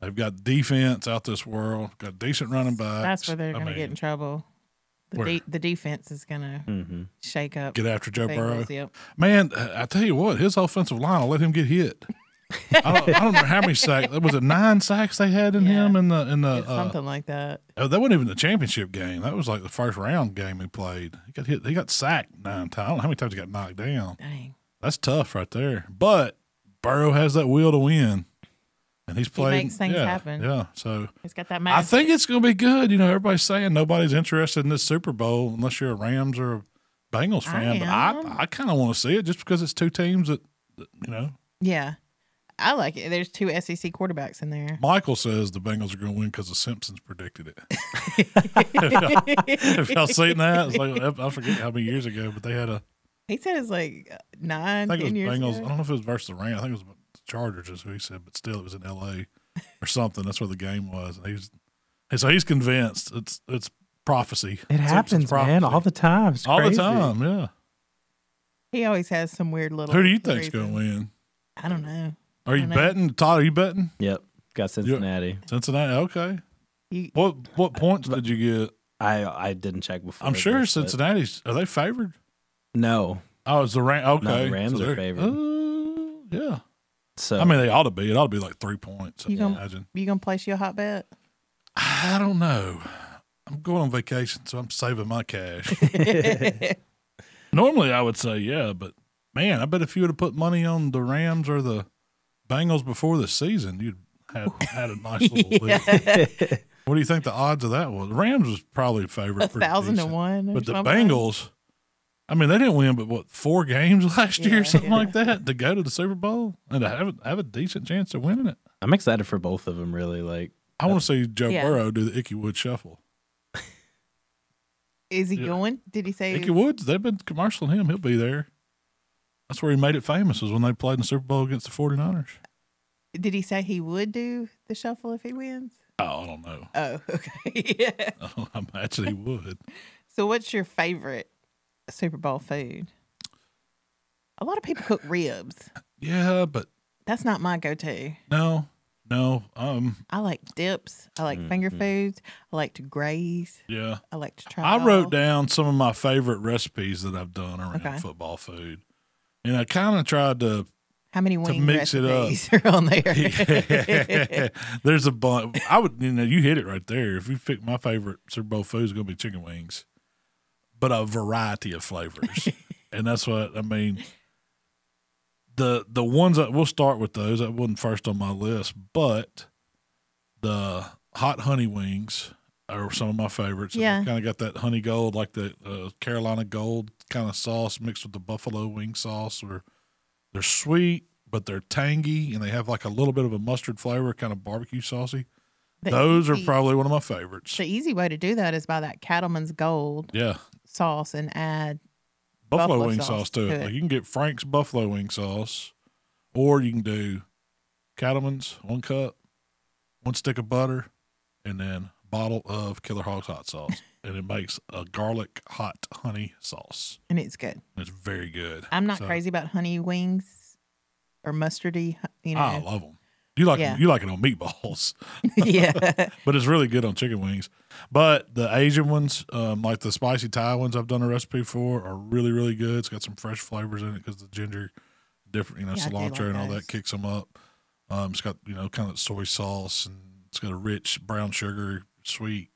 Speaker 2: They've got defense out this world. Got decent running back.
Speaker 3: That's where they're going to get in trouble. The,
Speaker 2: where?
Speaker 3: de- the defense is going to
Speaker 4: Mm-hmm.
Speaker 3: shake up.
Speaker 2: Get after Joe Burrow.
Speaker 3: Bengals, yep.
Speaker 2: Man, I tell you what, his offensive line, I let him get hit. I don't, I don't know how many sacks. Was it nine sacks they had in
Speaker 3: Yeah.
Speaker 2: him in the in the?
Speaker 3: It's
Speaker 2: Uh,
Speaker 3: something like that.
Speaker 2: oh, that wasn't even the championship game. That was like the first round game he played. He got hit. He got sacked nine times. I don't know how many times he got knocked down.
Speaker 3: Dang.
Speaker 2: That's tough right there. But Burrow has that will to win, and he's played.
Speaker 3: makes things
Speaker 2: yeah,
Speaker 3: happen.
Speaker 2: Yeah. So
Speaker 3: He's got that
Speaker 2: I
Speaker 3: mask.
Speaker 2: think it's going to be good. You know, everybody's saying nobody's interested in this Super Bowl unless you're a Rams or a Bengals
Speaker 3: I
Speaker 2: fan. but
Speaker 3: am.
Speaker 2: I, I kind of want to see it just because it's two teams that, that, you know,
Speaker 3: yeah. I like it. There's two SEC quarterbacks in there.
Speaker 2: Michael says the Bengals are going to win because the Simpsons predicted it. if, y'all, if y'all seen that, it's like, I- I forget how many years ago, but they had a,
Speaker 3: He said it's like uh,
Speaker 2: I
Speaker 3: nine,
Speaker 2: think it was
Speaker 3: ten years
Speaker 2: Bengals. I
Speaker 3: ago.
Speaker 2: don't know if it was versus the Rams. I think it was the Chargers, is who he said, but still it was in L.A. or something. That's where the game was. And he's, and so he's convinced it's, it's prophecy.
Speaker 4: It
Speaker 2: Simpsons
Speaker 4: happens, man,
Speaker 2: prophecy.
Speaker 4: all the time. It's
Speaker 2: all
Speaker 4: crazy.
Speaker 2: the time. Yeah.
Speaker 3: He always has some weird little.
Speaker 2: Who do you think's going to
Speaker 3: reason.
Speaker 2: win?
Speaker 3: I don't know.
Speaker 2: Are you
Speaker 3: don't know.
Speaker 2: betting, Todd? Are you betting
Speaker 4: Yep. Got Cincinnati.
Speaker 2: Cincinnati? Okay.
Speaker 3: You,
Speaker 2: What what points did you get?
Speaker 4: I I didn't check before.
Speaker 2: I'm sure
Speaker 4: this, but-
Speaker 2: Cincinnati's are they favored?
Speaker 4: No.
Speaker 2: Oh, it's the Rams. Okay,
Speaker 4: No, the Rams are
Speaker 2: they're-
Speaker 4: favored.
Speaker 2: Uh, yeah,
Speaker 4: So
Speaker 2: I mean they ought to be. It ought to be like three points. I
Speaker 3: You gonna-
Speaker 2: imagine.
Speaker 3: you going to place your hot bet?
Speaker 2: I don't know. I'm going on vacation, so I'm saving my cash. Normally, I would say yeah, but man, I bet if you would have put money on the Rams or the Bengals before the season, you'd had had a nice little. lead. What do you think the odds of that was? The Rams was probably favored.
Speaker 3: A
Speaker 2: pretty
Speaker 3: thousand to
Speaker 2: decent.
Speaker 3: one. or
Speaker 2: But the
Speaker 3: something?
Speaker 2: Bengals, I mean, they didn't win, but what four games last
Speaker 3: Yeah,
Speaker 2: year, something
Speaker 3: yeah.
Speaker 2: like that, to go to the Super Bowl and to have a, have a decent chance of winning it.
Speaker 4: I'm excited for both of them. Really, like
Speaker 2: I want to see Joe
Speaker 3: Yeah.
Speaker 2: Burrow do the Icky Wood shuffle.
Speaker 3: Is he
Speaker 2: Yeah.
Speaker 3: going? Did he say?
Speaker 2: Icky Woods, they've been commercialing him. He'll be there. That's where he made it famous was when they played in the Super Bowl against the 49ers.
Speaker 3: Did he say he would do the shuffle if he wins?
Speaker 2: Oh, I don't know.
Speaker 3: Oh, okay. yeah.
Speaker 2: I imagine he would.
Speaker 3: So, what's your favorite Super Bowl food? A lot of people cook ribs.
Speaker 2: Yeah, but
Speaker 3: That's not my go-to.
Speaker 2: no, No, um,
Speaker 3: I like dips. I like finger foods. I like to graze.
Speaker 2: yeah.
Speaker 3: I like to try.
Speaker 2: Mm-hmm. I
Speaker 3: it all.
Speaker 2: wrote down some of my favorite recipes that I've done around
Speaker 3: Okay.
Speaker 2: football food, and I kind of tried to.
Speaker 3: how many wing
Speaker 2: mix it up.
Speaker 3: recipes are on there.
Speaker 2: There's a bunch. I would, you know, you hit it right there. If you pick my favorite Super Bowl food, is going to be chicken wings, but a variety of flavors, and that's what I mean. The the ones that we'll start with those that wasn't first on my list, but the hot honey wings are some of my favorites.
Speaker 3: Yeah.
Speaker 2: kind of got that honey gold, like the uh, Carolina gold kind of sauce mixed with the buffalo wing sauce, or they're sweet but they're tangy and they have like a little bit of a mustard flavor, kind of barbecue saucy.
Speaker 3: The
Speaker 2: Those are
Speaker 3: easy-
Speaker 2: probably one of my favorites.
Speaker 3: the easy way to do that is buy that Cattleman's Gold
Speaker 2: Yeah,
Speaker 3: sauce and add
Speaker 2: buffalo,
Speaker 3: Buffalo
Speaker 2: wing
Speaker 3: sauce
Speaker 2: sauce, too.
Speaker 3: to it.
Speaker 2: Like you can get Frank's buffalo wing sauce, or you can do Cattleman's one cup, one stick of butter, and then bottle of Killer Hogs hot sauce, and it makes a garlic hot honey sauce.
Speaker 3: and it's good.
Speaker 2: It's very good.
Speaker 3: I'm not
Speaker 2: So,
Speaker 3: crazy about honey wings or mustardy. You know,
Speaker 2: I love them. You like
Speaker 3: Yeah.
Speaker 2: you like it on meatballs.
Speaker 3: yeah.
Speaker 2: but it's really good on chicken wings. But the Asian ones, um, like the spicy Thai ones, I've done a recipe for, are really really good. It's got some fresh flavors in it because the ginger, different you know
Speaker 3: Yeah, I do
Speaker 2: cilantro
Speaker 3: like
Speaker 2: and all
Speaker 3: those.
Speaker 2: that kicks them up. Um, it's got you know kind of soy sauce and it's got a rich brown sugar, sweet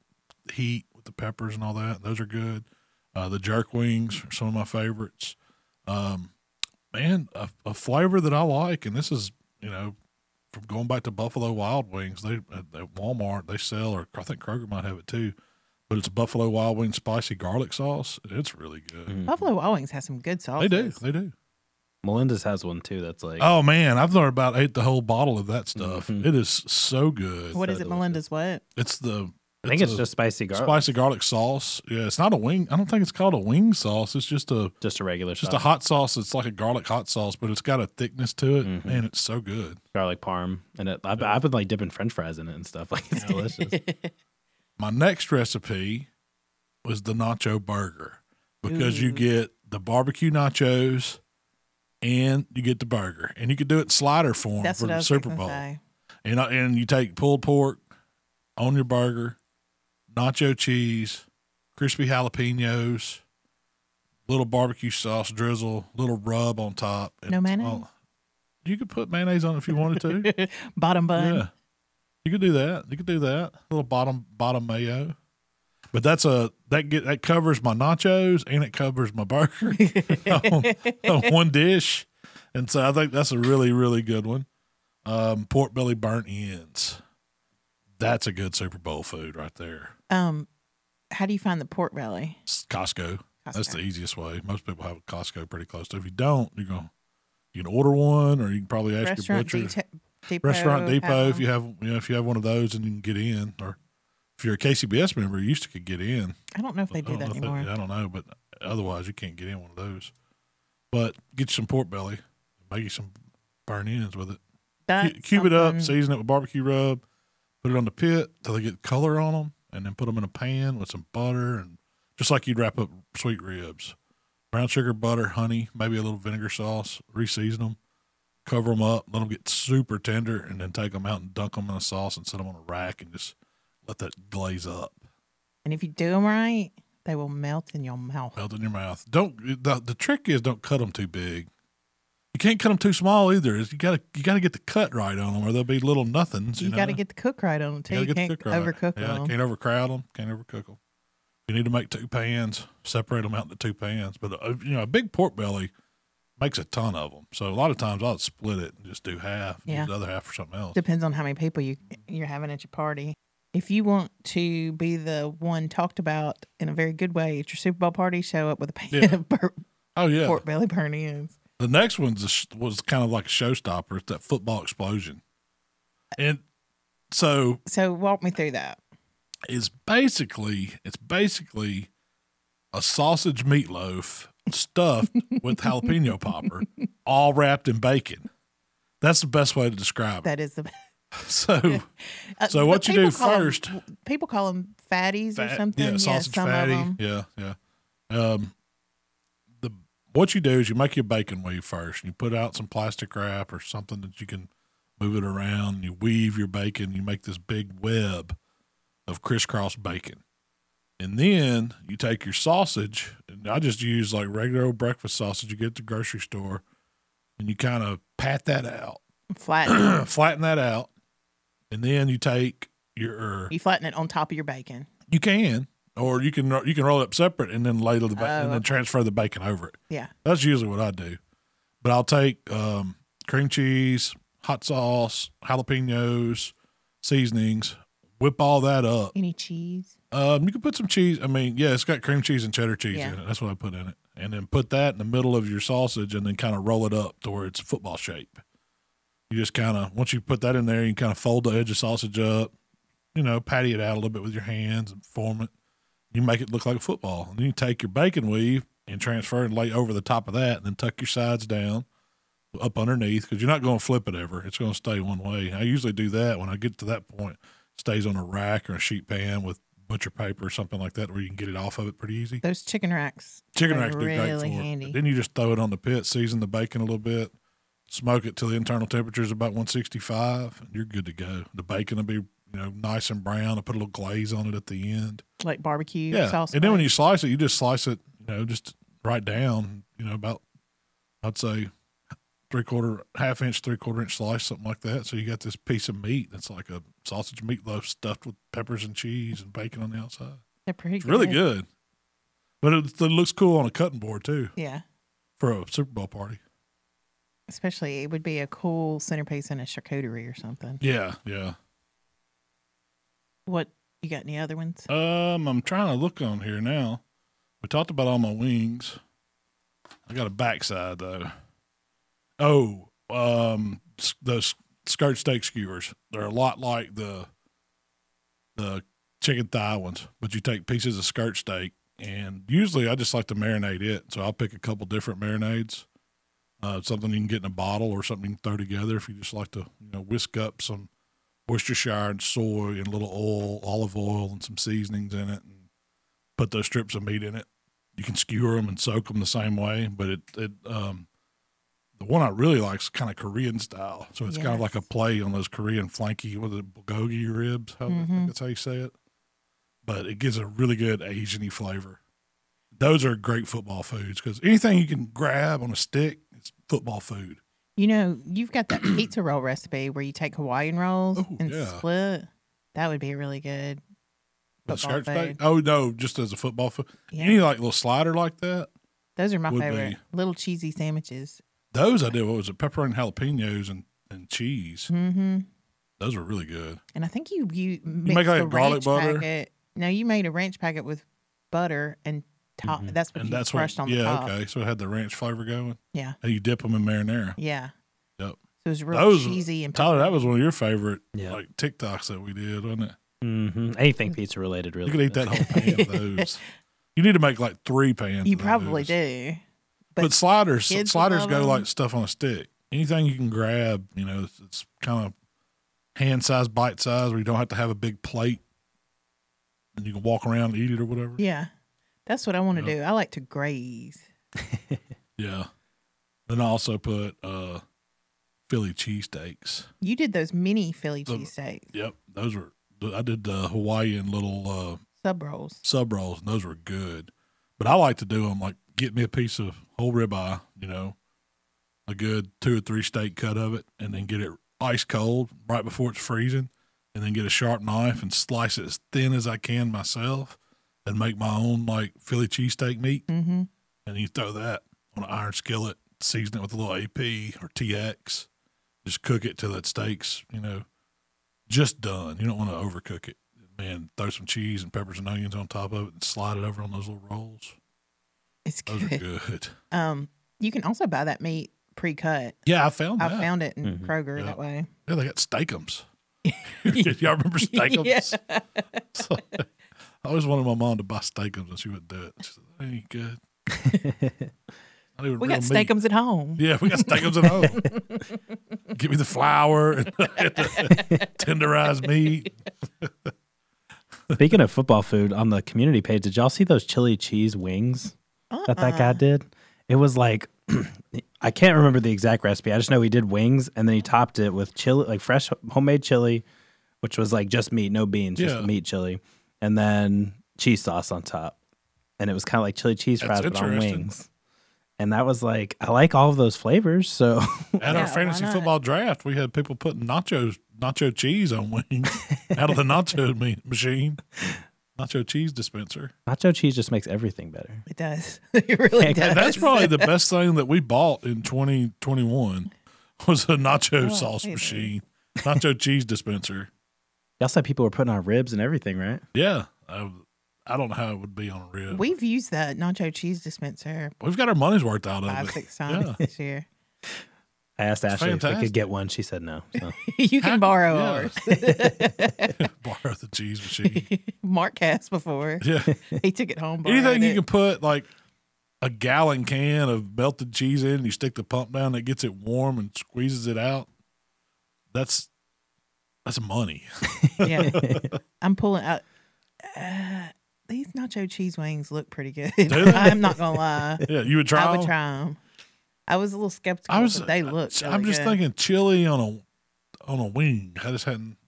Speaker 2: heat with the peppers and all that. Those are good. Uh, the jerk wings are some of my favorites. Um, man, a, a flavor that I like, and this is you know from going back to Buffalo Wild Wings, they at at Walmart they sell, or I think Kroger might have it too, but it's Buffalo Wild Wings spicy garlic sauce. It's really good.
Speaker 4: Mm-hmm.
Speaker 3: Buffalo Wild Wings has some good sauce.
Speaker 2: They do, they do.
Speaker 4: Melinda's has one too. That's like
Speaker 2: Oh man, I've learned about ate the whole bottle of that stuff.
Speaker 4: Mm-hmm.
Speaker 2: It is so good.
Speaker 3: What is it,
Speaker 4: delicious.
Speaker 3: Melinda's? What?
Speaker 2: It's the.
Speaker 4: I think it's
Speaker 2: a
Speaker 4: just spicy garlic,
Speaker 2: spicy garlic sauce. Yeah, it's not a wing. I don't think it's called a wing sauce. It's just a
Speaker 4: just a regular
Speaker 2: just
Speaker 4: sauce.
Speaker 2: a hot sauce. It's like a garlic hot sauce, but it's got a thickness to it.
Speaker 4: Mm-hmm.
Speaker 2: Man, it's so good.
Speaker 4: garlic parm, and it, I've, I've been like dipping French fries in it and stuff. Like it's delicious.
Speaker 2: My next recipe was the nacho burger because you get the barbecue nachos and you get the burger, and you could do it in slider form
Speaker 3: That's
Speaker 2: for
Speaker 3: what I
Speaker 2: the
Speaker 3: was
Speaker 2: Super
Speaker 3: gonna
Speaker 2: Bowl.
Speaker 3: say.
Speaker 2: And I- and you take pulled pork on your burger, nacho cheese, crispy jalapenos, little barbecue sauce drizzle, little rub on top. and
Speaker 3: No
Speaker 2: it's
Speaker 3: mayonnaise?
Speaker 2: all- you could put mayonnaise on it if you wanted to.
Speaker 3: Bottom bun.
Speaker 2: Yeah, you could do that. You could do that. little bottom bottom mayo, but that's a that get that covers my nachos and it covers my burger on, on one dish, and so I think that's a really really good one. Um, pork belly burnt ends. That's a good Super Bowl food right there.
Speaker 3: Um, how do you find the pork belly?
Speaker 2: It's Costco. That's
Speaker 3: Costco.
Speaker 2: the easiest way. Most people have Costco pretty close to. If you don't, you're gonna you can order one, or you can probably ask your
Speaker 3: Restaurant
Speaker 2: butcher.
Speaker 3: Deta- Depot.
Speaker 2: Restaurant Depot, if
Speaker 3: um,
Speaker 2: you have you know, if you have one of those and you can get in, or if you're a KCBS member, you used to could get in.
Speaker 3: I don't know if they
Speaker 2: I
Speaker 3: do
Speaker 2: don't know
Speaker 3: that
Speaker 2: if they-
Speaker 3: anymore.
Speaker 2: I don't know, but otherwise you can't get in one of those. But get you some pork belly, make you some burn ends with it. Cu-
Speaker 3: That's
Speaker 2: cube it up,
Speaker 3: something-
Speaker 2: season it with barbecue rub, put it on the pit till they get color on them, and then put them in a pan with some butter and just like you'd wrap up sweet ribs. Brown sugar, butter, honey, maybe a little vinegar sauce. Reseason them, cover them up, let them get super tender, and then take them out and dunk them in the sauce and set them on a rack and just let that glaze up,
Speaker 3: and if you do them right, they will melt in your mouth.
Speaker 2: melt in your mouth. Don't the, the trick is don't cut them too big. You can't cut them too small either. You gotta you gotta get the cut right on them, or they'll be little nothings.
Speaker 3: You,
Speaker 2: You,
Speaker 3: got to
Speaker 2: know?
Speaker 3: get the cook right on them too.
Speaker 2: gotta
Speaker 3: You
Speaker 2: get the
Speaker 3: can't
Speaker 2: cook right.
Speaker 3: overcook
Speaker 2: yeah,
Speaker 3: them.
Speaker 2: Can't overcrowd them. Can't overcook them. You need to make two pans. Separate them out into two pans. But uh, you know, a big pork belly makes a ton of them. So a lot of times I'll split it and just do half. And
Speaker 3: Yeah.
Speaker 2: Use the other half for something else.
Speaker 3: Depends on how many people you you're having at your party. If you want to be the one talked about in a very good way at your Super Bowl party, show up with a pan
Speaker 2: Yeah.
Speaker 3: of bur-
Speaker 2: Oh yeah.
Speaker 3: pork belly burnt ends.
Speaker 2: The next one's a, sh- was kind of like a showstopper. It's that football explosion. And so
Speaker 3: So walk me through that.
Speaker 2: is basically it's basically a sausage meatloaf stuffed with jalapeno popper, all wrapped in bacon. That's the best way to describe it.
Speaker 3: That is the
Speaker 2: So,
Speaker 3: Uh,
Speaker 2: so
Speaker 3: but
Speaker 2: what you do
Speaker 3: people call 'em-
Speaker 2: first?
Speaker 3: people call them fatties or
Speaker 2: fat-
Speaker 3: something.
Speaker 2: yeah, sausage
Speaker 3: some
Speaker 2: fatty.
Speaker 3: Of 'em.
Speaker 2: Yeah, yeah. Um, the what you do is you make your bacon weave first, and you put out some plastic wrap or something that you can move it around, you weave your bacon, you make this big web of crisscross bacon. And then you take your sausage, and I just use like regular old breakfast sausage you get at the grocery store, and you kind of pat that out,
Speaker 3: Flatten. it.
Speaker 2: flatten that out, and then you take your er, or
Speaker 3: you flatten it on top of your bacon.
Speaker 2: you can or you can you can roll it up separate and then ladle the bacon
Speaker 3: Oh,
Speaker 2: and then transfer the bacon over it.
Speaker 3: Yeah.
Speaker 2: That's usually what I do. But I'll take um, cream cheese, hot sauce, jalapenos, seasonings, whip all that up.
Speaker 3: Any cheese?
Speaker 2: Um, you can put some cheese. I mean, yeah, it's got cream cheese and cheddar cheese
Speaker 3: Yeah.
Speaker 2: in it. That's what I put in it. And then put that in the middle of your sausage and then kind of roll it up to where it's football shape. You just kind of, once you put that in there, you kind of fold the edge of sausage up, you know, patty it out a little bit with your hands and form it. You make it look like a football. And then you take your bacon weave and transfer and lay over the top of that and then tuck your sides down up underneath because you're not going to flip it ever. It's going to stay one way. I usually do that when I get to that point. It stays on a rack or a sheet pan with butcher paper or something like that where you can get it off of it pretty easy.
Speaker 3: Those chicken racks.
Speaker 2: Chicken
Speaker 3: are
Speaker 2: racks do great for
Speaker 3: really
Speaker 2: it.
Speaker 3: handy.
Speaker 2: Then you just throw it on the pit, season the bacon a little bit, smoke it till the internal temperature is about 165, and you're good to go. The bacon will be you know nice and brown. I put a little glaze on it at the end.
Speaker 3: Like barbecue
Speaker 2: Yeah,
Speaker 3: sauce.
Speaker 2: and then when
Speaker 3: bun.
Speaker 2: you slice it, you just slice it, you know, just right down, you know, about I'd say three quarter, half inch, three quarter inch slice, something like that. So you got this piece of meat that's like a sausage meatloaf stuffed with peppers and cheese and bacon on the outside.
Speaker 3: they're pretty
Speaker 2: It's really good, but it, it looks cool on a cutting board too
Speaker 3: Yeah.
Speaker 2: for a Super Bowl party.
Speaker 3: Especially it would be a cool centerpiece in a charcuterie or something.
Speaker 2: Yeah, yeah.
Speaker 3: What you got any other ones?
Speaker 2: Um, I'm trying to look on here now. We talked about all my wings. I got a backside though. Oh, um, s- those skirt steak skewers. They're a lot like the the chicken thigh ones, but you take pieces of skirt steak, and usually I just like to marinate it. So I'll pick a couple different marinades. Uh, something you can get in a bottle or something you can throw together if you just like to, you know, whisk up some Worcestershire and soy and a little oil, olive oil, and some seasonings in it, and put those strips of meat in it. You can skewer them and soak them the same way, but it, it um, the one I really like is kind of Korean style, so it's kind of like a
Speaker 3: Yes.
Speaker 2: play on those Korean flanky, what is it, bulgogi ribs? How, I
Speaker 3: Mm-hmm.
Speaker 2: think that's how you say it. But it gives a really good Asian-y flavor. Those are great football foods because anything you can grab on a stick is football food.
Speaker 3: You know, you've got that pizza roll recipe where you take Hawaiian rolls
Speaker 2: Oh,
Speaker 3: and
Speaker 2: yeah.
Speaker 3: split. That would be really good.
Speaker 2: With
Speaker 3: Football
Speaker 2: skirt steak?
Speaker 3: food.
Speaker 2: Oh no, just as a football food.
Speaker 3: Yeah.
Speaker 2: Any like little slider like that.
Speaker 3: Those are my
Speaker 2: would
Speaker 3: favorite.
Speaker 2: be.
Speaker 3: Little cheesy sandwiches.
Speaker 2: Those I did. What was it? Pepper and jalapenos and, and cheese.
Speaker 3: Mm-hmm.
Speaker 2: Those were really good.
Speaker 3: And I think you you,
Speaker 2: make,
Speaker 3: mixed
Speaker 2: like,
Speaker 3: the
Speaker 2: garlic
Speaker 3: ranch
Speaker 2: butter?
Speaker 3: Packet. No, you made a ranch packet with butter and top. That's what
Speaker 2: Mm-hmm. And
Speaker 3: you
Speaker 2: that's
Speaker 3: crushed
Speaker 2: what.
Speaker 3: on the
Speaker 2: yeah.
Speaker 3: top.
Speaker 2: Okay. So it had the ranch flavor going.
Speaker 3: Yeah,
Speaker 2: And you dip them in marinara.
Speaker 3: yeah.
Speaker 2: Yep.
Speaker 3: So it was real
Speaker 2: Those-
Speaker 3: cheesy and
Speaker 2: Tyler, that was one of your favorite
Speaker 4: Yeah.
Speaker 2: like TikToks that we did, wasn't it?
Speaker 4: hmm Anything pizza related, really.
Speaker 2: You could eat that
Speaker 4: good.
Speaker 2: whole pan of those. You need to make like three pans.
Speaker 3: you
Speaker 2: of
Speaker 3: probably
Speaker 2: those.
Speaker 3: do.
Speaker 2: But,
Speaker 3: But
Speaker 2: sliders,
Speaker 3: kids
Speaker 2: sliders
Speaker 3: love
Speaker 2: go
Speaker 3: 'em.
Speaker 2: like stuff on a stick. Anything you can grab, you know, it's, it's kind of hand size, bite size, where you don't have to have a big plate, and you can walk around and eat it or whatever.
Speaker 3: Yeah, that's what I want to do. I like to graze.
Speaker 2: Yeah. Then I also put uh Philly cheesesteaks.
Speaker 3: You did those mini Philly
Speaker 2: So-
Speaker 3: cheesesteaks,
Speaker 2: Yep, those were. I did the Hawaiian little uh,
Speaker 3: sub rolls.
Speaker 2: sub rolls, and those were good. But I like to do them like get me a piece of whole ribeye, you know, a good two or three steak cut of it, and then get it ice cold right before it's freezing, and then get a sharp knife and slice it as thin as I can myself, and make my own like Philly cheesesteak meat,
Speaker 3: Mm-hmm.
Speaker 2: and you throw that on an iron skillet, season it with a little AP or TX, just cook it till that steak's you know just done. You don't want to overcook it. Man, throw some cheese and peppers and onions on top of it and slide it over on those little rolls.
Speaker 3: It's
Speaker 2: Those are
Speaker 3: good.
Speaker 2: good.
Speaker 3: Um, you can also buy that meat pre-cut.
Speaker 2: Yeah, I found
Speaker 3: I
Speaker 2: that.
Speaker 3: found it in
Speaker 4: Mhm.
Speaker 3: Kroger
Speaker 2: Yeah.
Speaker 3: that way.
Speaker 2: yeah, they got steakums. Y'all remember steakums?
Speaker 3: Yeah.
Speaker 2: So, I always wanted my mom to buy steakums and she wouldn't do it. She said, that ain't good. Not even
Speaker 3: We
Speaker 2: real
Speaker 3: got
Speaker 2: meat.
Speaker 3: steakums at home.
Speaker 2: Yeah, we got steakums at home. Give me the flour and the tenderized meat.
Speaker 4: Speaking of football food, on the community page, did y'all see those chili cheese wings that that guy did? It was like I can't remember the exact recipe. I just know he did wings and then he topped it with chili, like fresh homemade chili, which was like just meat, no beans,
Speaker 2: Yeah.
Speaker 4: just meat chili, and then cheese sauce on top. And it was kind of like chili cheese
Speaker 2: That's
Speaker 4: fries but on
Speaker 2: interesting.
Speaker 4: wings. And that was like I like all of those flavors, so
Speaker 2: At
Speaker 3: Yeah,
Speaker 2: our
Speaker 3: why
Speaker 2: fantasy
Speaker 3: not?
Speaker 2: football draft, we had people putting nachos, nacho cheese on wings out of the nacho me- machine, nacho cheese dispenser.
Speaker 4: nacho cheese just makes everything better.
Speaker 3: It does. It really
Speaker 4: Yeah,
Speaker 3: does.
Speaker 2: That's probably the best thing that we bought in 2021 was a nacho
Speaker 3: Oh,
Speaker 2: sauce
Speaker 3: hey there.
Speaker 2: machine, nacho cheese dispenser.
Speaker 4: Y'all said people were putting on ribs and everything, right?
Speaker 2: Yeah, I, I don't know how it would be on a rib. We,
Speaker 3: We've used that nacho cheese dispenser
Speaker 2: have got our money's worth out of
Speaker 3: five,
Speaker 2: it.
Speaker 3: six times
Speaker 2: Yeah.
Speaker 3: this year.
Speaker 4: I asked Ashley if we
Speaker 2: fantastic.
Speaker 4: could get one. She said no. So.
Speaker 3: you
Speaker 2: How-
Speaker 3: can borrow
Speaker 2: yeah.
Speaker 3: ours.
Speaker 2: Borrow the cheese machine.
Speaker 3: Mark has before.
Speaker 2: Yeah,
Speaker 3: He took it home. borrowed
Speaker 2: anything you
Speaker 3: it.
Speaker 2: can put like a gallon can of melted cheese in, you stick the pump down, that gets it warm and squeezes it out. That's that's money.
Speaker 3: yeah. I'm pulling out. Uh, these nacho cheese wings look pretty good.
Speaker 2: they?
Speaker 3: I'm not gonna lie.
Speaker 2: Yeah, you would try.
Speaker 3: I would
Speaker 2: them?
Speaker 3: try them. I was a little skeptical,
Speaker 2: I was.
Speaker 3: but they look.
Speaker 2: I'm
Speaker 3: really
Speaker 2: just
Speaker 3: good.
Speaker 2: thinking chili on a on a wing. I just hadn't.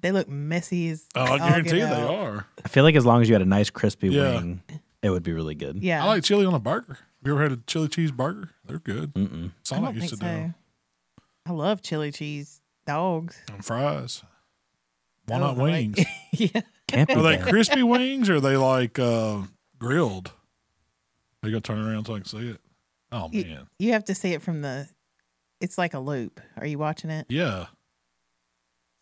Speaker 3: they look messy as.
Speaker 2: Oh, I
Speaker 3: all get
Speaker 2: guarantee you they
Speaker 3: out.
Speaker 2: are.
Speaker 4: I feel like as long as you had a nice crispy
Speaker 2: Yeah.
Speaker 4: wing, it would be really good.
Speaker 3: Yeah,
Speaker 2: I like chili on a burger. Have you ever had a chili cheese burger? They're good.
Speaker 4: Mm-mm.
Speaker 3: I
Speaker 2: Sonic
Speaker 3: don't
Speaker 2: used
Speaker 3: think
Speaker 2: to
Speaker 3: so.
Speaker 2: do 'em.
Speaker 3: I love chili cheese dogs.
Speaker 2: and fries. Why
Speaker 3: Those
Speaker 2: not
Speaker 3: are like-
Speaker 2: wings?
Speaker 3: yeah,
Speaker 4: Can't be
Speaker 2: Are they
Speaker 4: bad.
Speaker 2: crispy wings or are they like uh, grilled? Are you gonna turn around so I can see it? Oh
Speaker 3: Y-
Speaker 2: man.
Speaker 3: you have to see it from the. It's like a loop. Are you watching it?
Speaker 2: Yeah.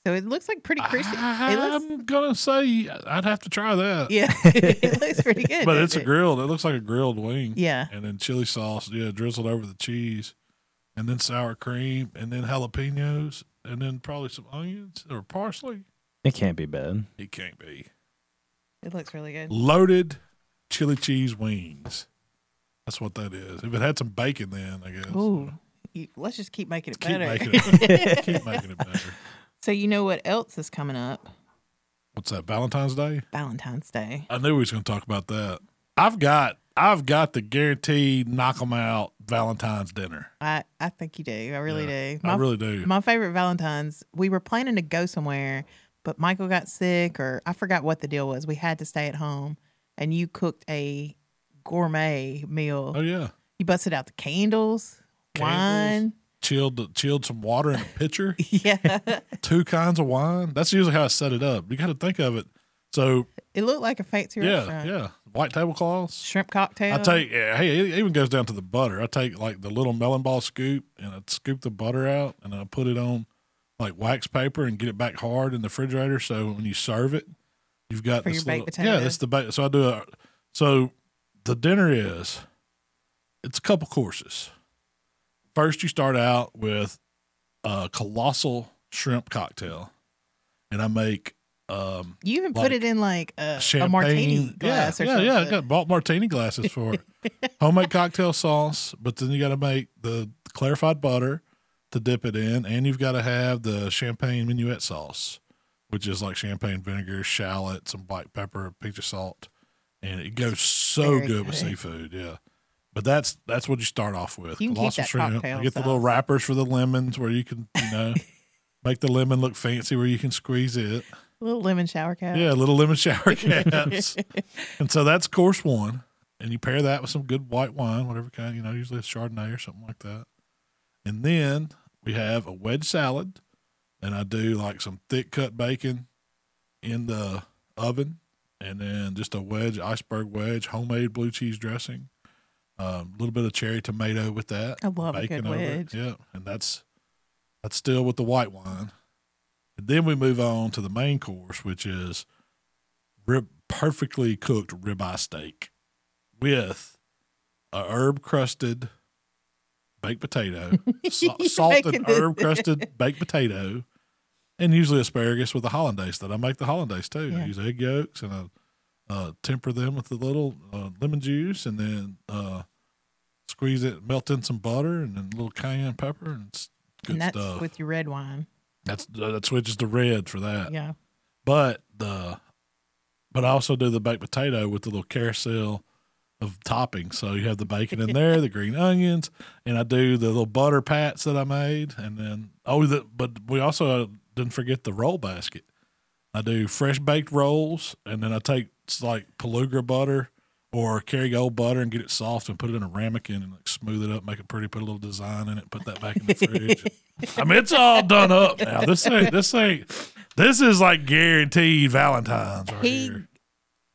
Speaker 3: So it looks like pretty crispy.
Speaker 2: I,
Speaker 3: it looks,
Speaker 2: am gonna say I'd have to try that.
Speaker 3: yeah, it looks pretty good.
Speaker 2: but
Speaker 3: doesn't
Speaker 2: it's a
Speaker 3: it?
Speaker 2: grilled. It looks like a grilled wing.
Speaker 3: Yeah,
Speaker 2: And then chili sauce, yeah, drizzled over the cheese. And then sour cream and then jalapenos and then probably some onions or parsley.
Speaker 4: It can't be bad.
Speaker 2: It can't be.
Speaker 3: it looks really good.
Speaker 2: Loaded chili cheese wings. That's what that is. If it had some bacon then, I guess.
Speaker 3: Ooh, you, let's just keep making it
Speaker 2: Keep
Speaker 3: better.
Speaker 2: making it. keep making it better.
Speaker 3: So you know what else is coming up?
Speaker 2: What's that? Valentine's Day?
Speaker 3: Valentine's Day.
Speaker 2: I knew we was going to talk about that. I've got I've got the guaranteed knock 'em out Valentine's dinner.
Speaker 3: I, I think you do. I really
Speaker 2: Yeah,
Speaker 3: do. My,
Speaker 2: I really do.
Speaker 3: my favorite Valentine's, we were planning to go somewhere, but Michael got sick or I forgot what the deal was. We had to stay at home and you cooked a gourmet meal.
Speaker 2: oh yeah,
Speaker 3: You busted out the candles,
Speaker 2: Candles. chilled chilled some water in a pitcher.
Speaker 3: wine. Yeah.
Speaker 2: Two kinds of wine. That's usually how I set it up. You got to think of it. So
Speaker 3: it looked like a fancy
Speaker 2: yeah,
Speaker 3: restaurant.
Speaker 2: yeah, white tablecloths.
Speaker 3: Shrimp cocktail.
Speaker 2: I take yeah, hey, it even goes down to the butter. I take like the little melon ball scoop and I scoop the butter out and I put it on like wax paper and get it back hard in the refrigerator. So when you serve it, you've got
Speaker 3: For
Speaker 2: this
Speaker 3: your baked
Speaker 2: little- yeah,
Speaker 3: potato.
Speaker 2: that's the ba- so I do a, so the dinner is it's a couple courses. First, you start out with a colossal shrimp cocktail, and I make um,
Speaker 3: you even
Speaker 2: like
Speaker 3: put it in like a,
Speaker 2: champagne
Speaker 3: a martini glass
Speaker 2: yeah,
Speaker 3: or
Speaker 2: yeah,
Speaker 3: something.
Speaker 2: Yeah, I got bought martini glasses for it. Homemade cocktail sauce, but then you got to make the clarified butter to dip it in, and you've got to have the champagne minuet sauce, which is like champagne vinegar, shallot, some black pepper, pinch of salt, and it goes so
Speaker 3: Very
Speaker 2: good, with
Speaker 3: good.
Speaker 2: seafood. Yeah. But that's that's what you start off with.
Speaker 3: You can keep
Speaker 2: Colossal
Speaker 3: that
Speaker 2: shrimp.
Speaker 3: cocktail
Speaker 2: You get the little
Speaker 3: sauce.
Speaker 2: wrappers for the lemons where you can, you know, make the lemon look fancy where you can squeeze it.
Speaker 3: Little lemon shower cap.
Speaker 2: Yeah, little lemon shower caps. and so that's course one. And you pair that with some good white wine, whatever kind, you know, usually a Chardonnay or something like that. And then we have a wedge salad. And I do like some thick cut bacon in the oven. And then just a wedge, iceberg wedge, homemade blue cheese dressing. A little bit of cherry tomato with that.
Speaker 3: I love a good
Speaker 2: over it.
Speaker 3: wedge.
Speaker 2: Yeah. And that's that's still with the white wine. And then we move on to the main course, which is rib, perfectly cooked ribeye steak with a herb crusted baked potato, sa-
Speaker 3: You're
Speaker 2: salt
Speaker 3: making
Speaker 2: and
Speaker 3: this-
Speaker 2: herb crusted baked potato, and usually asparagus with a hollandaise that I make the hollandaise too. I
Speaker 3: Yeah.
Speaker 2: use egg yolks and I uh, temper them with a little uh, lemon juice and then uh, squeeze it, melt in some butter and then a little cayenne pepper and it's good
Speaker 3: and that's
Speaker 2: stuff.
Speaker 3: with your red wine.
Speaker 2: that's that switches to red for that.
Speaker 3: Yeah.
Speaker 2: But the but I also do the baked potato with the little carousel of toppings. So you have the bacon in there, the green onions, and I do the little butter pats that I made, and then oh, the, but we also uh, didn't forget the roll basket. I do fresh baked rolls, and then I take s- like Pelugra butter or Kerrygold butter and get it soft and put it in a ramekin and like smooth it up, make it pretty, put a little design in it, put that back in the fridge. I mean, it's all done up now. This ain't this ain't this is like guaranteed Valentine's right
Speaker 3: He
Speaker 2: here.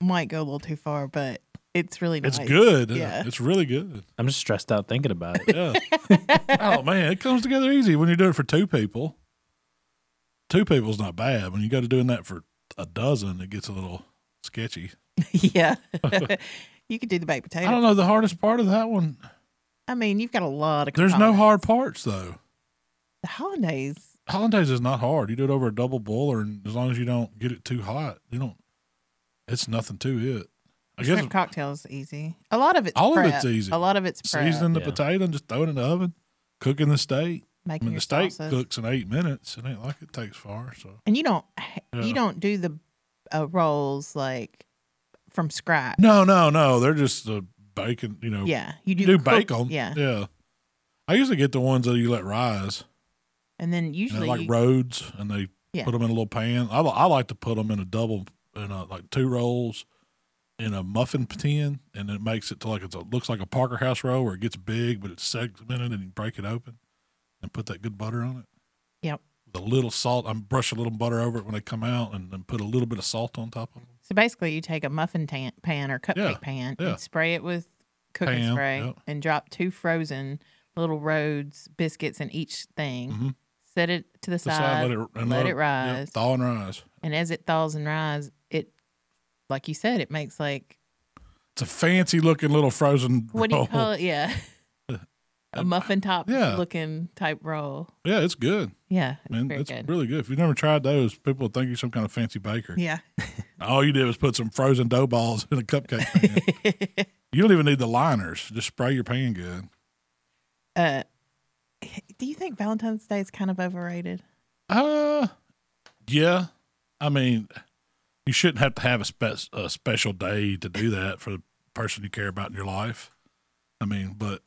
Speaker 3: might go a little too far, but it's really nice.
Speaker 2: It's good. isn't it?
Speaker 3: Yeah.
Speaker 2: It's really good.
Speaker 4: I'm just stressed out thinking about it.
Speaker 2: Yeah. oh man, it comes together easy when you do it for two people. Two people's not bad. When you go to doing that for a dozen, it gets a little sketchy.
Speaker 3: yeah. you could do the baked potato.
Speaker 2: I don't know the hardest part of that one.
Speaker 3: I mean, you've got a lot of.
Speaker 2: There's no
Speaker 3: components.
Speaker 2: hard parts though.
Speaker 3: The hollandaise.
Speaker 2: Hollandaise is not hard. You do it over a double boiler, and as long as you don't get it too hot, you don't. It's nothing to it. I guess
Speaker 3: Shrimp cocktails easy. A lot of it's
Speaker 2: All of
Speaker 3: prep.
Speaker 2: it's easy.
Speaker 3: A lot of it's prep.
Speaker 2: seasoning the
Speaker 4: Yeah.
Speaker 2: potato and just throwing it in the oven, cooking the steak. I
Speaker 3: making
Speaker 2: mean,
Speaker 3: your
Speaker 2: the steak
Speaker 3: sauces.
Speaker 2: cooks in eight minutes. It ain't like it takes far. So
Speaker 3: And you don't
Speaker 2: Yeah.
Speaker 3: you don't do the uh, rolls like from scratch.
Speaker 2: no, no, no. They're just the bacon. You know,
Speaker 3: Yeah, you do,
Speaker 2: you do
Speaker 3: cook-
Speaker 2: bake 'em.
Speaker 3: Yeah,
Speaker 2: yeah. I usually get the ones that you let rise,
Speaker 3: and then
Speaker 2: and they're
Speaker 3: usually
Speaker 2: like roads, and they
Speaker 3: Yeah.
Speaker 2: put them in a little pan. I, li- I like to put them in a double, in a, like two rolls, in a muffin tin, and it makes it to like it's a looks like a Parker House roll where it gets big, but it's segmented, and you break it open, and put that good butter on it.
Speaker 3: Yep.
Speaker 2: With a little salt, I brush a little butter over it when they come out, and then put a little bit of salt on top of them.
Speaker 3: so basically you take a muffin tan- pan or cupcake
Speaker 2: Yeah,
Speaker 3: pan
Speaker 2: yeah.
Speaker 3: and spray it with cooking
Speaker 2: Pan,
Speaker 3: spray
Speaker 2: yep.
Speaker 3: and drop two frozen little Rhodes biscuits in each thing.
Speaker 2: Mhm.
Speaker 3: Set it to the
Speaker 2: To the
Speaker 3: side,
Speaker 2: side, and
Speaker 3: let it
Speaker 2: yeah,
Speaker 3: rise.
Speaker 2: thaw and rise.
Speaker 3: and as it thaws and rise, it like you said, it makes like
Speaker 2: It's a fancy looking little frozen.
Speaker 3: what do you
Speaker 2: roll.
Speaker 3: call it? Yeah, a muffin top
Speaker 2: yeah.
Speaker 3: looking type roll.
Speaker 2: Yeah, it's good.
Speaker 3: Yeah, it's
Speaker 2: Man,
Speaker 3: very
Speaker 2: that's
Speaker 3: good.
Speaker 2: really good. If you've never tried those, people would think you're some kind of fancy baker.
Speaker 3: yeah.
Speaker 2: All you did was put some frozen dough balls in a cupcake pan. you don't even need the liners. Just spray your pan good.
Speaker 3: Uh, do you think Valentine's Day is kind of overrated?
Speaker 2: Uh, yeah. I mean, you shouldn't have to have a, spe- a special day to do that for the person you care about in your life. I mean, but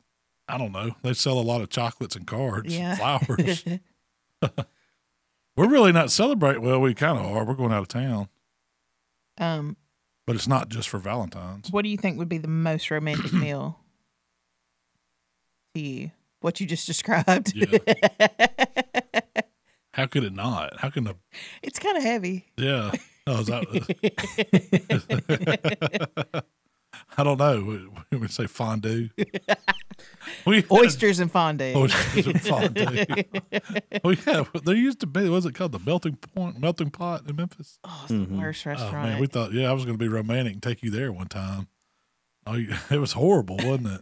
Speaker 2: I don't know. They sell a lot of chocolates and cards
Speaker 3: Yeah.
Speaker 2: and flowers. We're really not celebrating. Well, we kind of are. We're going out of town,
Speaker 3: um,
Speaker 2: but it's not just for Valentine's.
Speaker 3: what do you think would be the most romantic meal to you? What you just described.
Speaker 2: Yeah. How could it not? How can the
Speaker 3: it's kind of heavy.
Speaker 2: Yeah. Oh, is that, I don't know. We, we say fondue. We had
Speaker 3: Oysters and fondue.
Speaker 2: oysters and fondue. we had, there used to be, was it called the melting point, melting pot in Memphis?
Speaker 3: Oh, it's the worst
Speaker 2: Oh,
Speaker 3: restaurant.
Speaker 2: man. We thought, yeah, I was going to be romantic and take you there one time. Oh, you- it was horrible, wasn't it?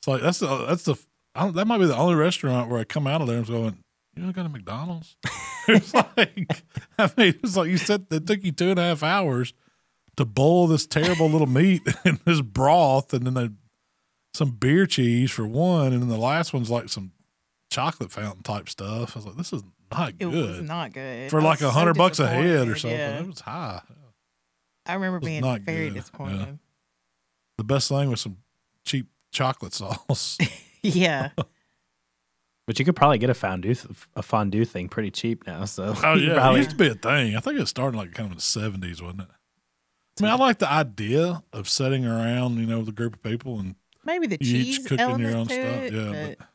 Speaker 2: It's like, that's the, that's the, I don't, that might be the only restaurant where I come out of there and I'm going, you want to go to McDonald's? it's like, I mean, it's like you said, it took you two and a half hours to boil this terrible little meat in this broth and then they, some beer cheese for one. And then the last one's like some chocolate fountain type stuff. I was like, this is not
Speaker 3: it
Speaker 2: good.
Speaker 3: was not good.
Speaker 2: for
Speaker 3: I was
Speaker 2: like a
Speaker 3: so
Speaker 2: hundred bucks a head or
Speaker 3: disappointed,
Speaker 2: something.
Speaker 3: yeah.
Speaker 2: It was high.
Speaker 3: I remember
Speaker 2: was
Speaker 3: being
Speaker 2: not
Speaker 3: very
Speaker 2: good, yeah.
Speaker 3: disappointed.
Speaker 2: The best thing was some cheap chocolate sauce.
Speaker 3: Yeah.
Speaker 4: But you could probably get a fondue a fondue thing pretty cheap now. So
Speaker 2: oh
Speaker 4: you
Speaker 2: yeah, it
Speaker 4: probably-
Speaker 2: used to be a thing. I think it started like kind of in the seventies, wasn't it? I mean, I like the idea of sitting around, you know, with a group of people, and
Speaker 3: Maybe the
Speaker 2: You each
Speaker 3: cheese
Speaker 2: cooking your
Speaker 3: element
Speaker 2: own
Speaker 3: to
Speaker 2: stuff,
Speaker 3: it,
Speaker 2: yeah,
Speaker 3: but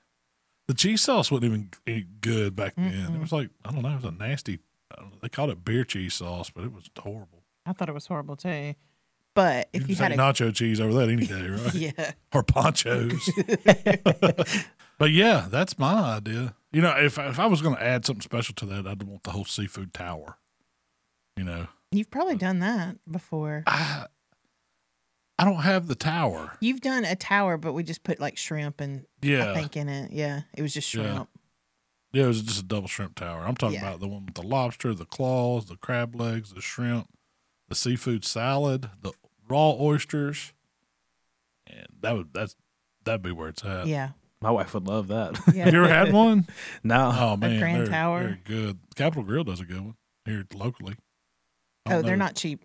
Speaker 2: the cheese sauce wasn't even any good back then. It
Speaker 3: Mm-mm.
Speaker 2: was like I don't know, it was a nasty. I don't know, They called it beer cheese sauce, but it was horrible.
Speaker 3: I thought it was horrible too. But
Speaker 2: you
Speaker 3: if you
Speaker 2: just
Speaker 3: had
Speaker 2: had
Speaker 3: a
Speaker 2: nacho cheese over that any day, right?
Speaker 3: yeah,
Speaker 2: or ponchos. but yeah, that's my idea. You know, if if I was going to add something special to that, I'd want the whole seafood tower. You know,
Speaker 3: you've probably done that before.
Speaker 2: Uh, I I don't have the tower.
Speaker 3: You've done a tower, but we just put like shrimp and I
Speaker 2: Yeah,
Speaker 3: think in it. Yeah, it was just
Speaker 2: Yeah.
Speaker 3: shrimp.
Speaker 2: yeah, it was just a double shrimp tower. I'm talking
Speaker 3: Yeah.
Speaker 2: about the one with the lobster, the claws, the crab legs, the shrimp, the seafood salad, the raw oysters, and that would that's that'd be where it's at.
Speaker 3: Yeah,
Speaker 4: my wife would love that.
Speaker 3: yeah.
Speaker 2: Have you ever had one?
Speaker 4: no,
Speaker 2: Oh man,
Speaker 3: Grand
Speaker 2: they're,
Speaker 3: Tower.
Speaker 2: they're good. Capital Grill does a good one here locally. I
Speaker 3: oh,
Speaker 2: don't
Speaker 3: they're
Speaker 2: know-
Speaker 3: not cheap.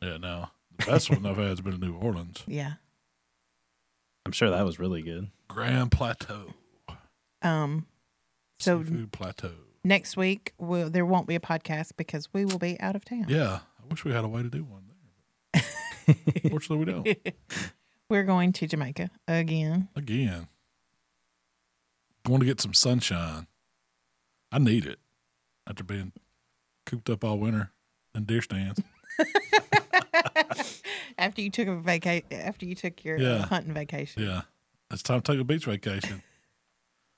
Speaker 2: Yeah, no. The best one I've had has been in New Orleans.
Speaker 3: Yeah,
Speaker 4: I'm sure that was really good.
Speaker 2: Grand Plateau.
Speaker 3: Um, so
Speaker 2: Seafood Plateau.
Speaker 3: next week we'll, there won't be a podcast because we will be out of town.
Speaker 2: Yeah. I wish we had a way to do one there. But fortunately, we don't.
Speaker 3: We're going to Jamaica again.
Speaker 2: Again, going to get some sunshine. I need it after being cooped up all winter in deer stands.
Speaker 3: After you took a vacation, after you took your
Speaker 2: Yeah.
Speaker 3: uh, hunting vacation,
Speaker 2: Yeah, it's time to take a beach vacation.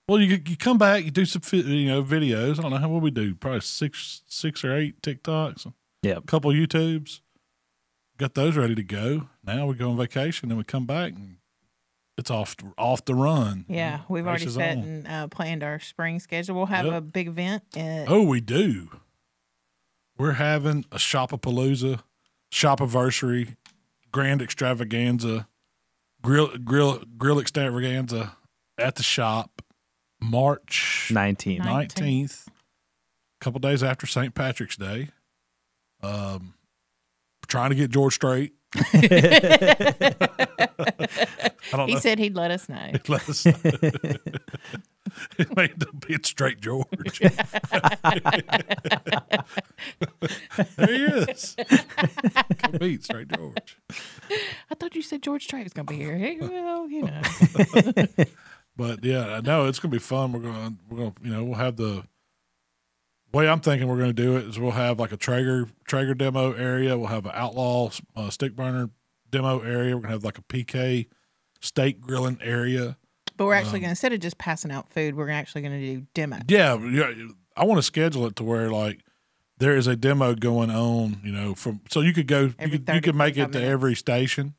Speaker 2: well, you you come back, you do some fi- you know videos. I don't know how what we do. Probably six six or eight TikToks, a
Speaker 4: Yeah.
Speaker 2: couple YouTubes. Got those ready to go. Now we go on vacation, then we come back and it's off off the run.
Speaker 3: Yeah, we've
Speaker 2: Race
Speaker 3: already
Speaker 2: is
Speaker 3: set
Speaker 2: Mm-hmm. on.
Speaker 3: and uh, planned our spring schedule. We'll have
Speaker 2: Yep.
Speaker 3: a big event uh, at
Speaker 2: Oh, we do. We're having a Shopapalooza, Shopiversary, Grand Extravaganza, Grill Grill Grill Extravaganza at the shop, March
Speaker 4: 19.
Speaker 3: Nine.
Speaker 2: 19th, a couple days after St. Patrick's Day. Um, trying to get George straight. I don't
Speaker 3: He
Speaker 2: know.
Speaker 3: said he'd let us know.
Speaker 2: Let us know. it made the bit straight George. there he is. Can beat straight George.
Speaker 3: I thought you said George Strait was going to be here. Hey, well, you know.
Speaker 2: But yeah, I know it's gonna be fun. We're gonna we're gonna you know we'll have the way I'm thinking we're gonna do it is we'll have like a Traeger Traeger demo area. We'll have an outlaw uh, stick burner demo area. We're gonna have like a PK steak grilling area.
Speaker 3: But we're actually going to, instead of just passing out food, we're actually going to do demos.
Speaker 2: Um, Yeah, yeah. I want to schedule it to where like there is a demo going on. You know, from so you could go, you
Speaker 3: Every
Speaker 2: could,
Speaker 3: 30,
Speaker 2: you could make it
Speaker 3: 45
Speaker 2: to
Speaker 3: minutes.
Speaker 2: every station,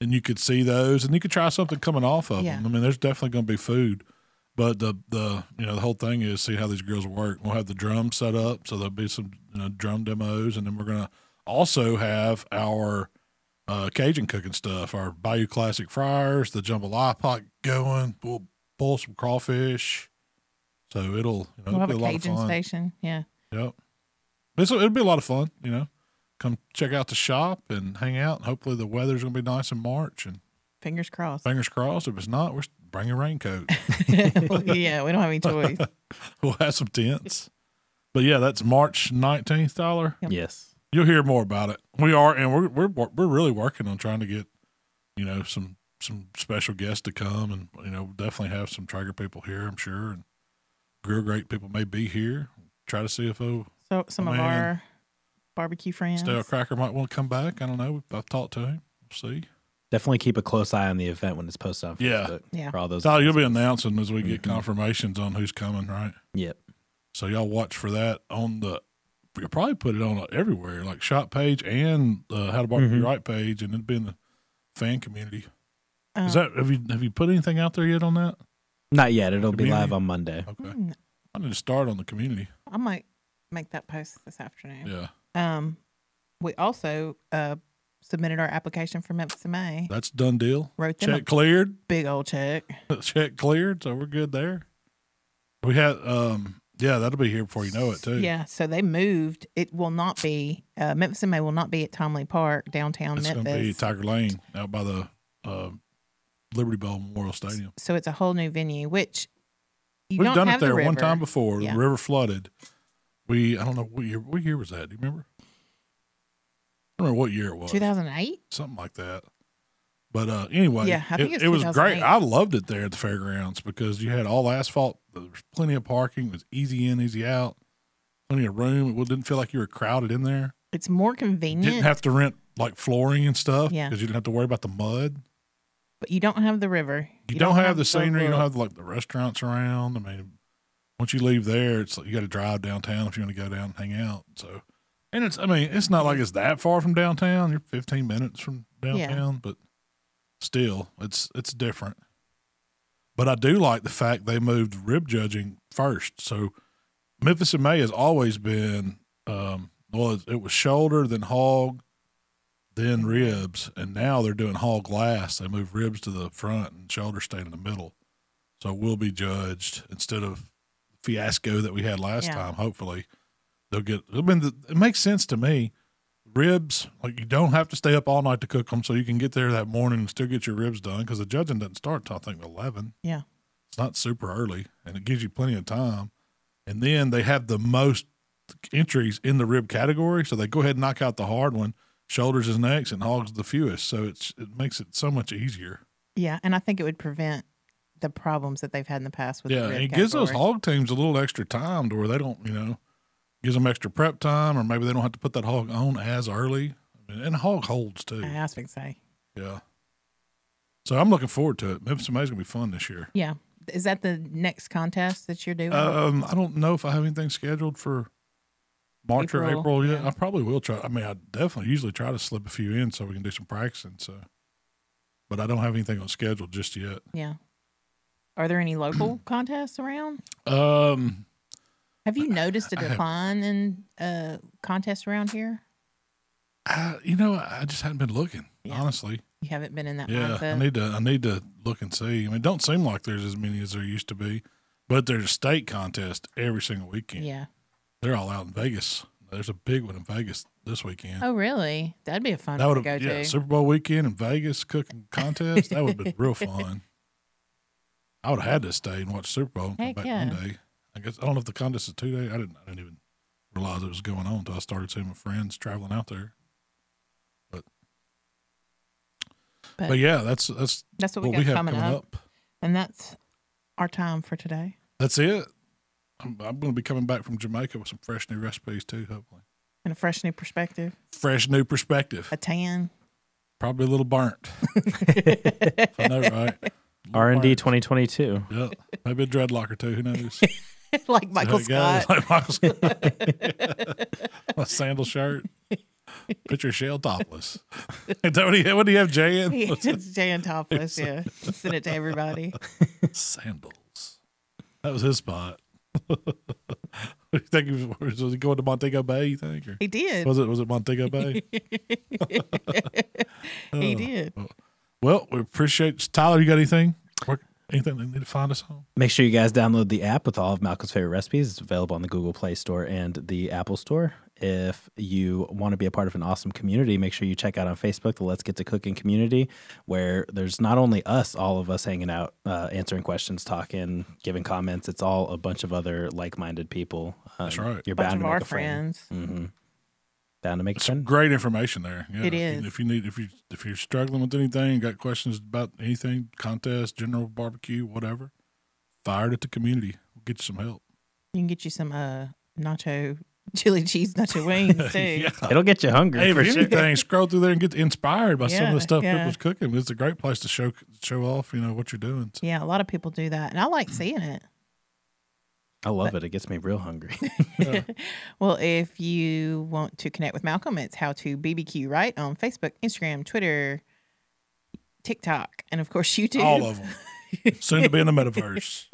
Speaker 2: and you could see those, and you could try something coming off of
Speaker 3: Yeah.
Speaker 2: them. I mean, there's definitely going to be food, but the the you know the whole thing is see how these girls work. We'll have the drum set up, so there'll be some you know, drum demos, and then we're gonna also have our uh, Cajun cooking stuff, our Bayou Classic fryers, the jambalaya pot going. We'll pull some crawfish. So it'll, you know,
Speaker 3: We'll
Speaker 2: it'll
Speaker 3: have
Speaker 2: be a
Speaker 3: a
Speaker 2: lot
Speaker 3: Cajun
Speaker 2: of fun.
Speaker 3: station. Yeah.
Speaker 2: Yep. This will, it'll be a lot of fun, you know. Come check out the shop and hang out. Hopefully the weather's going to be nice in March. And
Speaker 3: Fingers crossed.
Speaker 2: fingers crossed, if it's not, we're bringing raincoats.
Speaker 3: yeah, we don't have any choice.
Speaker 2: we'll have some tents. But yeah, that's March 19th, Dollar.
Speaker 4: Yes.
Speaker 2: You'll hear more about it. We are, and we're, we're, wor- we're really working on trying to get, you know, some, some special guests to come and, you know, definitely have some Traeger people here, I'm sure. And grill great people may be here. Try to see if, oh,
Speaker 3: So some
Speaker 2: Oh,
Speaker 3: of
Speaker 2: man.
Speaker 3: our barbecue friends.
Speaker 2: Stale Cracker might want to come back. I don't know. I've talked to him. We'll see.
Speaker 4: Definitely keep a close eye on the event when it's posted on
Speaker 2: Yeah.
Speaker 4: Facebook.
Speaker 3: Yeah.
Speaker 4: For all those.
Speaker 2: Tyler, you'll be announcing as we get
Speaker 4: Mhm.
Speaker 2: confirmations on who's coming, right?
Speaker 4: Yep.
Speaker 2: So y'all watch for that on the. You'll probably put it on everywhere, like shop page and uh, how to barbecue
Speaker 4: Mhm.
Speaker 2: right page, and it'd be in the fan community.
Speaker 3: Um,
Speaker 2: Is that have you have you put anything out there yet on that?
Speaker 4: Not yet. It'll be
Speaker 2: Community.
Speaker 4: live on Monday.
Speaker 2: Okay,
Speaker 3: hmm,
Speaker 2: I need to start on the community.
Speaker 3: I might make that post this afternoon.
Speaker 2: Yeah,
Speaker 3: Um, we also uh, submitted our application for Memphis in May.
Speaker 2: that's done deal.
Speaker 3: Wrote them a
Speaker 2: Check cleared.
Speaker 3: big old check.
Speaker 2: Check cleared. So we're good there. We had um yeah, that'll be here before you know it too.
Speaker 3: Yeah, so they moved. It will not be uh, Memphis in May will not be at Tomley Park downtown
Speaker 2: It's going to be
Speaker 3: Memphis.
Speaker 2: Tiger Lane out by the uh, Liberty Bell Memorial Stadium.
Speaker 3: so it's a whole new venue, which you
Speaker 2: We've
Speaker 3: don't
Speaker 2: done it
Speaker 3: have the
Speaker 2: there one
Speaker 3: river.
Speaker 2: time before.
Speaker 3: Yeah.
Speaker 2: The river flooded. We I don't know what year what year was that? Do you remember? I don't remember what year it was.
Speaker 3: 2008.
Speaker 2: Something like that. But uh, anyway,
Speaker 3: Yeah, I think
Speaker 2: it,
Speaker 3: it's
Speaker 2: it was great.
Speaker 3: 2008.
Speaker 2: I loved it there at the fairgrounds because you had all asphalt. There was plenty of parking. It was easy in, easy out. Plenty of room. It didn't feel like you were crowded in there.
Speaker 3: It's more convenient,
Speaker 2: Didn't have to rent like flooring and stuff
Speaker 3: Yeah.
Speaker 2: because you didn't have to worry about the mud.
Speaker 3: but you don't have the river.
Speaker 2: you, don't, have, the scenery. You don't
Speaker 3: look.
Speaker 2: have like the restaurants around. I mean, once you leave there, it's like you got to drive downtown if you want to go down and hang out. So, and it's I mean, it's not like it's that far from downtown. You're 15 minutes from downtown, but still, it's it's different. But I do like the fact they moved rib judging first. So Memphis in May has always been um, well, it, it was shoulder, then hog, then ribs, and now they're doing hog last. They move ribs to the front and shoulder stay in the middle. So we'll be judged instead of fiasco that we had last
Speaker 3: Yeah.
Speaker 2: time. Hopefully, they'll get. I mean, th- it makes sense to me. Ribs, like you don't have to stay up all night to cook them, so you can get there that morning and still get your ribs done because the judging doesn't start till I think eleven.
Speaker 3: Yeah.
Speaker 2: It's not super early, and it gives you plenty of time. And then they have the most entries in the rib category, so they go ahead and knock out the hard one. Shoulders is next, and hogs the fewest, so it's it makes it so much easier.
Speaker 3: Yeah, and I think it would prevent the problems that they've had in the past with
Speaker 2: Yeah,
Speaker 3: the
Speaker 2: and
Speaker 3: rib
Speaker 2: it gives those
Speaker 3: category.
Speaker 2: hog teams a little extra time to where they don't, you know, gives them extra prep time, or maybe they don't have to put that hog on as early. I mean, and hog holds too.
Speaker 3: I was going to say.
Speaker 2: Yeah. So I'm looking forward to it. Memphis May's gonna be fun this year.
Speaker 3: Yeah. Is that the next contest that you're doing?
Speaker 2: Um, I don't know if I have anything scheduled for March or
Speaker 3: April,
Speaker 2: April yet.
Speaker 3: yeah.
Speaker 2: I probably will try. I mean, I definitely usually try to slip a few in so we can do some practicing. So, but I don't have anything on schedule just yet.
Speaker 3: yeah. Are there any local contests around?
Speaker 2: Um,
Speaker 3: Have you noticed a
Speaker 2: I have-
Speaker 3: decline in uh, contests around here?
Speaker 2: I, you know, I just haven't been looking
Speaker 3: Yeah.
Speaker 2: honestly.
Speaker 3: You haven't been in that
Speaker 2: Yeah, I
Speaker 3: mindset.
Speaker 2: need to. I need to look and see. I mean, it don't seem like there's as many as there used to be, but there's a state contest every single weekend.
Speaker 3: yeah.
Speaker 2: They're all out in Vegas. There's a big one in Vegas this weekend.
Speaker 3: Oh, really? That'd be a fun
Speaker 2: that
Speaker 3: one to
Speaker 2: would
Speaker 3: go
Speaker 2: have yeah
Speaker 3: to.
Speaker 2: Super Bowl weekend in Vegas cooking contest. that would have been real fun. I would have had to stay and watch Super Bowl and come
Speaker 3: Heck
Speaker 2: back
Speaker 3: yeah.
Speaker 2: Monday. I guess I don't know if the contest is two day. I didn't. I didn't even realize it was going on until I started seeing my friends traveling out there.
Speaker 3: but,
Speaker 2: But yeah, that's that's
Speaker 3: that's what
Speaker 2: what
Speaker 3: we got
Speaker 2: we have
Speaker 3: coming, up.
Speaker 2: up.
Speaker 3: And that's our time for today.
Speaker 2: That's it. I'm, I'm going to be coming back from Jamaica with some fresh new recipes too, hopefully.
Speaker 3: And a fresh new perspective,
Speaker 2: Fresh new perspective.
Speaker 3: a tan.
Speaker 2: Probably a little burnt. if I know right.
Speaker 4: R and D 2022.
Speaker 2: Yep. Maybe a dreadlock or two. Who knows?
Speaker 3: like Michael
Speaker 2: That guy
Speaker 3: Scott.
Speaker 2: is Like Michael Scott. My sandal shirt. Picture Shell topless. Is that what do you what do you have, Jay? in?
Speaker 3: it's Jan Topless, yeah. Send it to everybody.
Speaker 2: Sandals. That was his spot. what do you think? He was, was he going to Montego Bay? You think? Or
Speaker 3: He did.
Speaker 2: was it was it Montego Bay?
Speaker 3: he
Speaker 2: oh.
Speaker 3: did.
Speaker 2: Well, we appreciate Tyler. You got anything? Where- Anything they need to find us on?
Speaker 4: Make sure you guys download the app with all of Malcolm's favorite recipes. It's available on the Google Play Store and the Apple Store. If you want to be a part of an awesome community, make sure you check out on Facebook the Let's Get to Cooking community, where there's not only us, all of us hanging out, uh, answering questions, talking, giving comments. It's all a bunch of other like-minded people. Um,
Speaker 2: That's right.
Speaker 4: You're
Speaker 3: bunch of
Speaker 4: bound to
Speaker 3: our
Speaker 4: make a friend.
Speaker 3: friends.
Speaker 4: Bound to make a
Speaker 2: Some
Speaker 4: friend.
Speaker 2: great information there. Yeah,
Speaker 3: It
Speaker 2: if you-
Speaker 3: is.
Speaker 2: If you need, if you if you're struggling with anything, got questions about anything, contest, general barbecue, whatever, fire it at the community. We'll get you some help.
Speaker 3: You can get you some uh, nacho, chili cheese nacho wings, too.
Speaker 4: It'll get you hungry.
Speaker 2: Hey, if
Speaker 4: for sure.
Speaker 2: anything, scroll through there and get inspired by some of
Speaker 3: Yeah,
Speaker 2: the stuff
Speaker 3: yeah.
Speaker 2: people's cooking. It's a great place to show show off. You know what you're doing. So,
Speaker 3: Yeah, a lot of people do that. And I like seeing it.
Speaker 4: I love it. It gets me real hungry.
Speaker 3: Well, if you want to connect with Malcolm, it's how to BBQ right on Facebook, Instagram, Twitter, TikTok, and of course YouTube.
Speaker 2: all of them. Soon to be in the metaverse.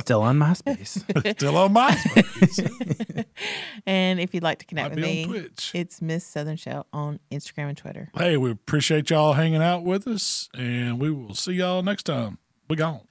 Speaker 4: Still on MySpace.
Speaker 2: Still on MySpace.
Speaker 3: and if you'd like to
Speaker 2: Might
Speaker 3: connect with
Speaker 2: be on
Speaker 3: me,
Speaker 2: Twitch.
Speaker 3: it's Miss Southern Shell on Instagram and Twitter.
Speaker 2: Hey, we appreciate y'all hanging out with us, and we will see y'all next time. Be gone.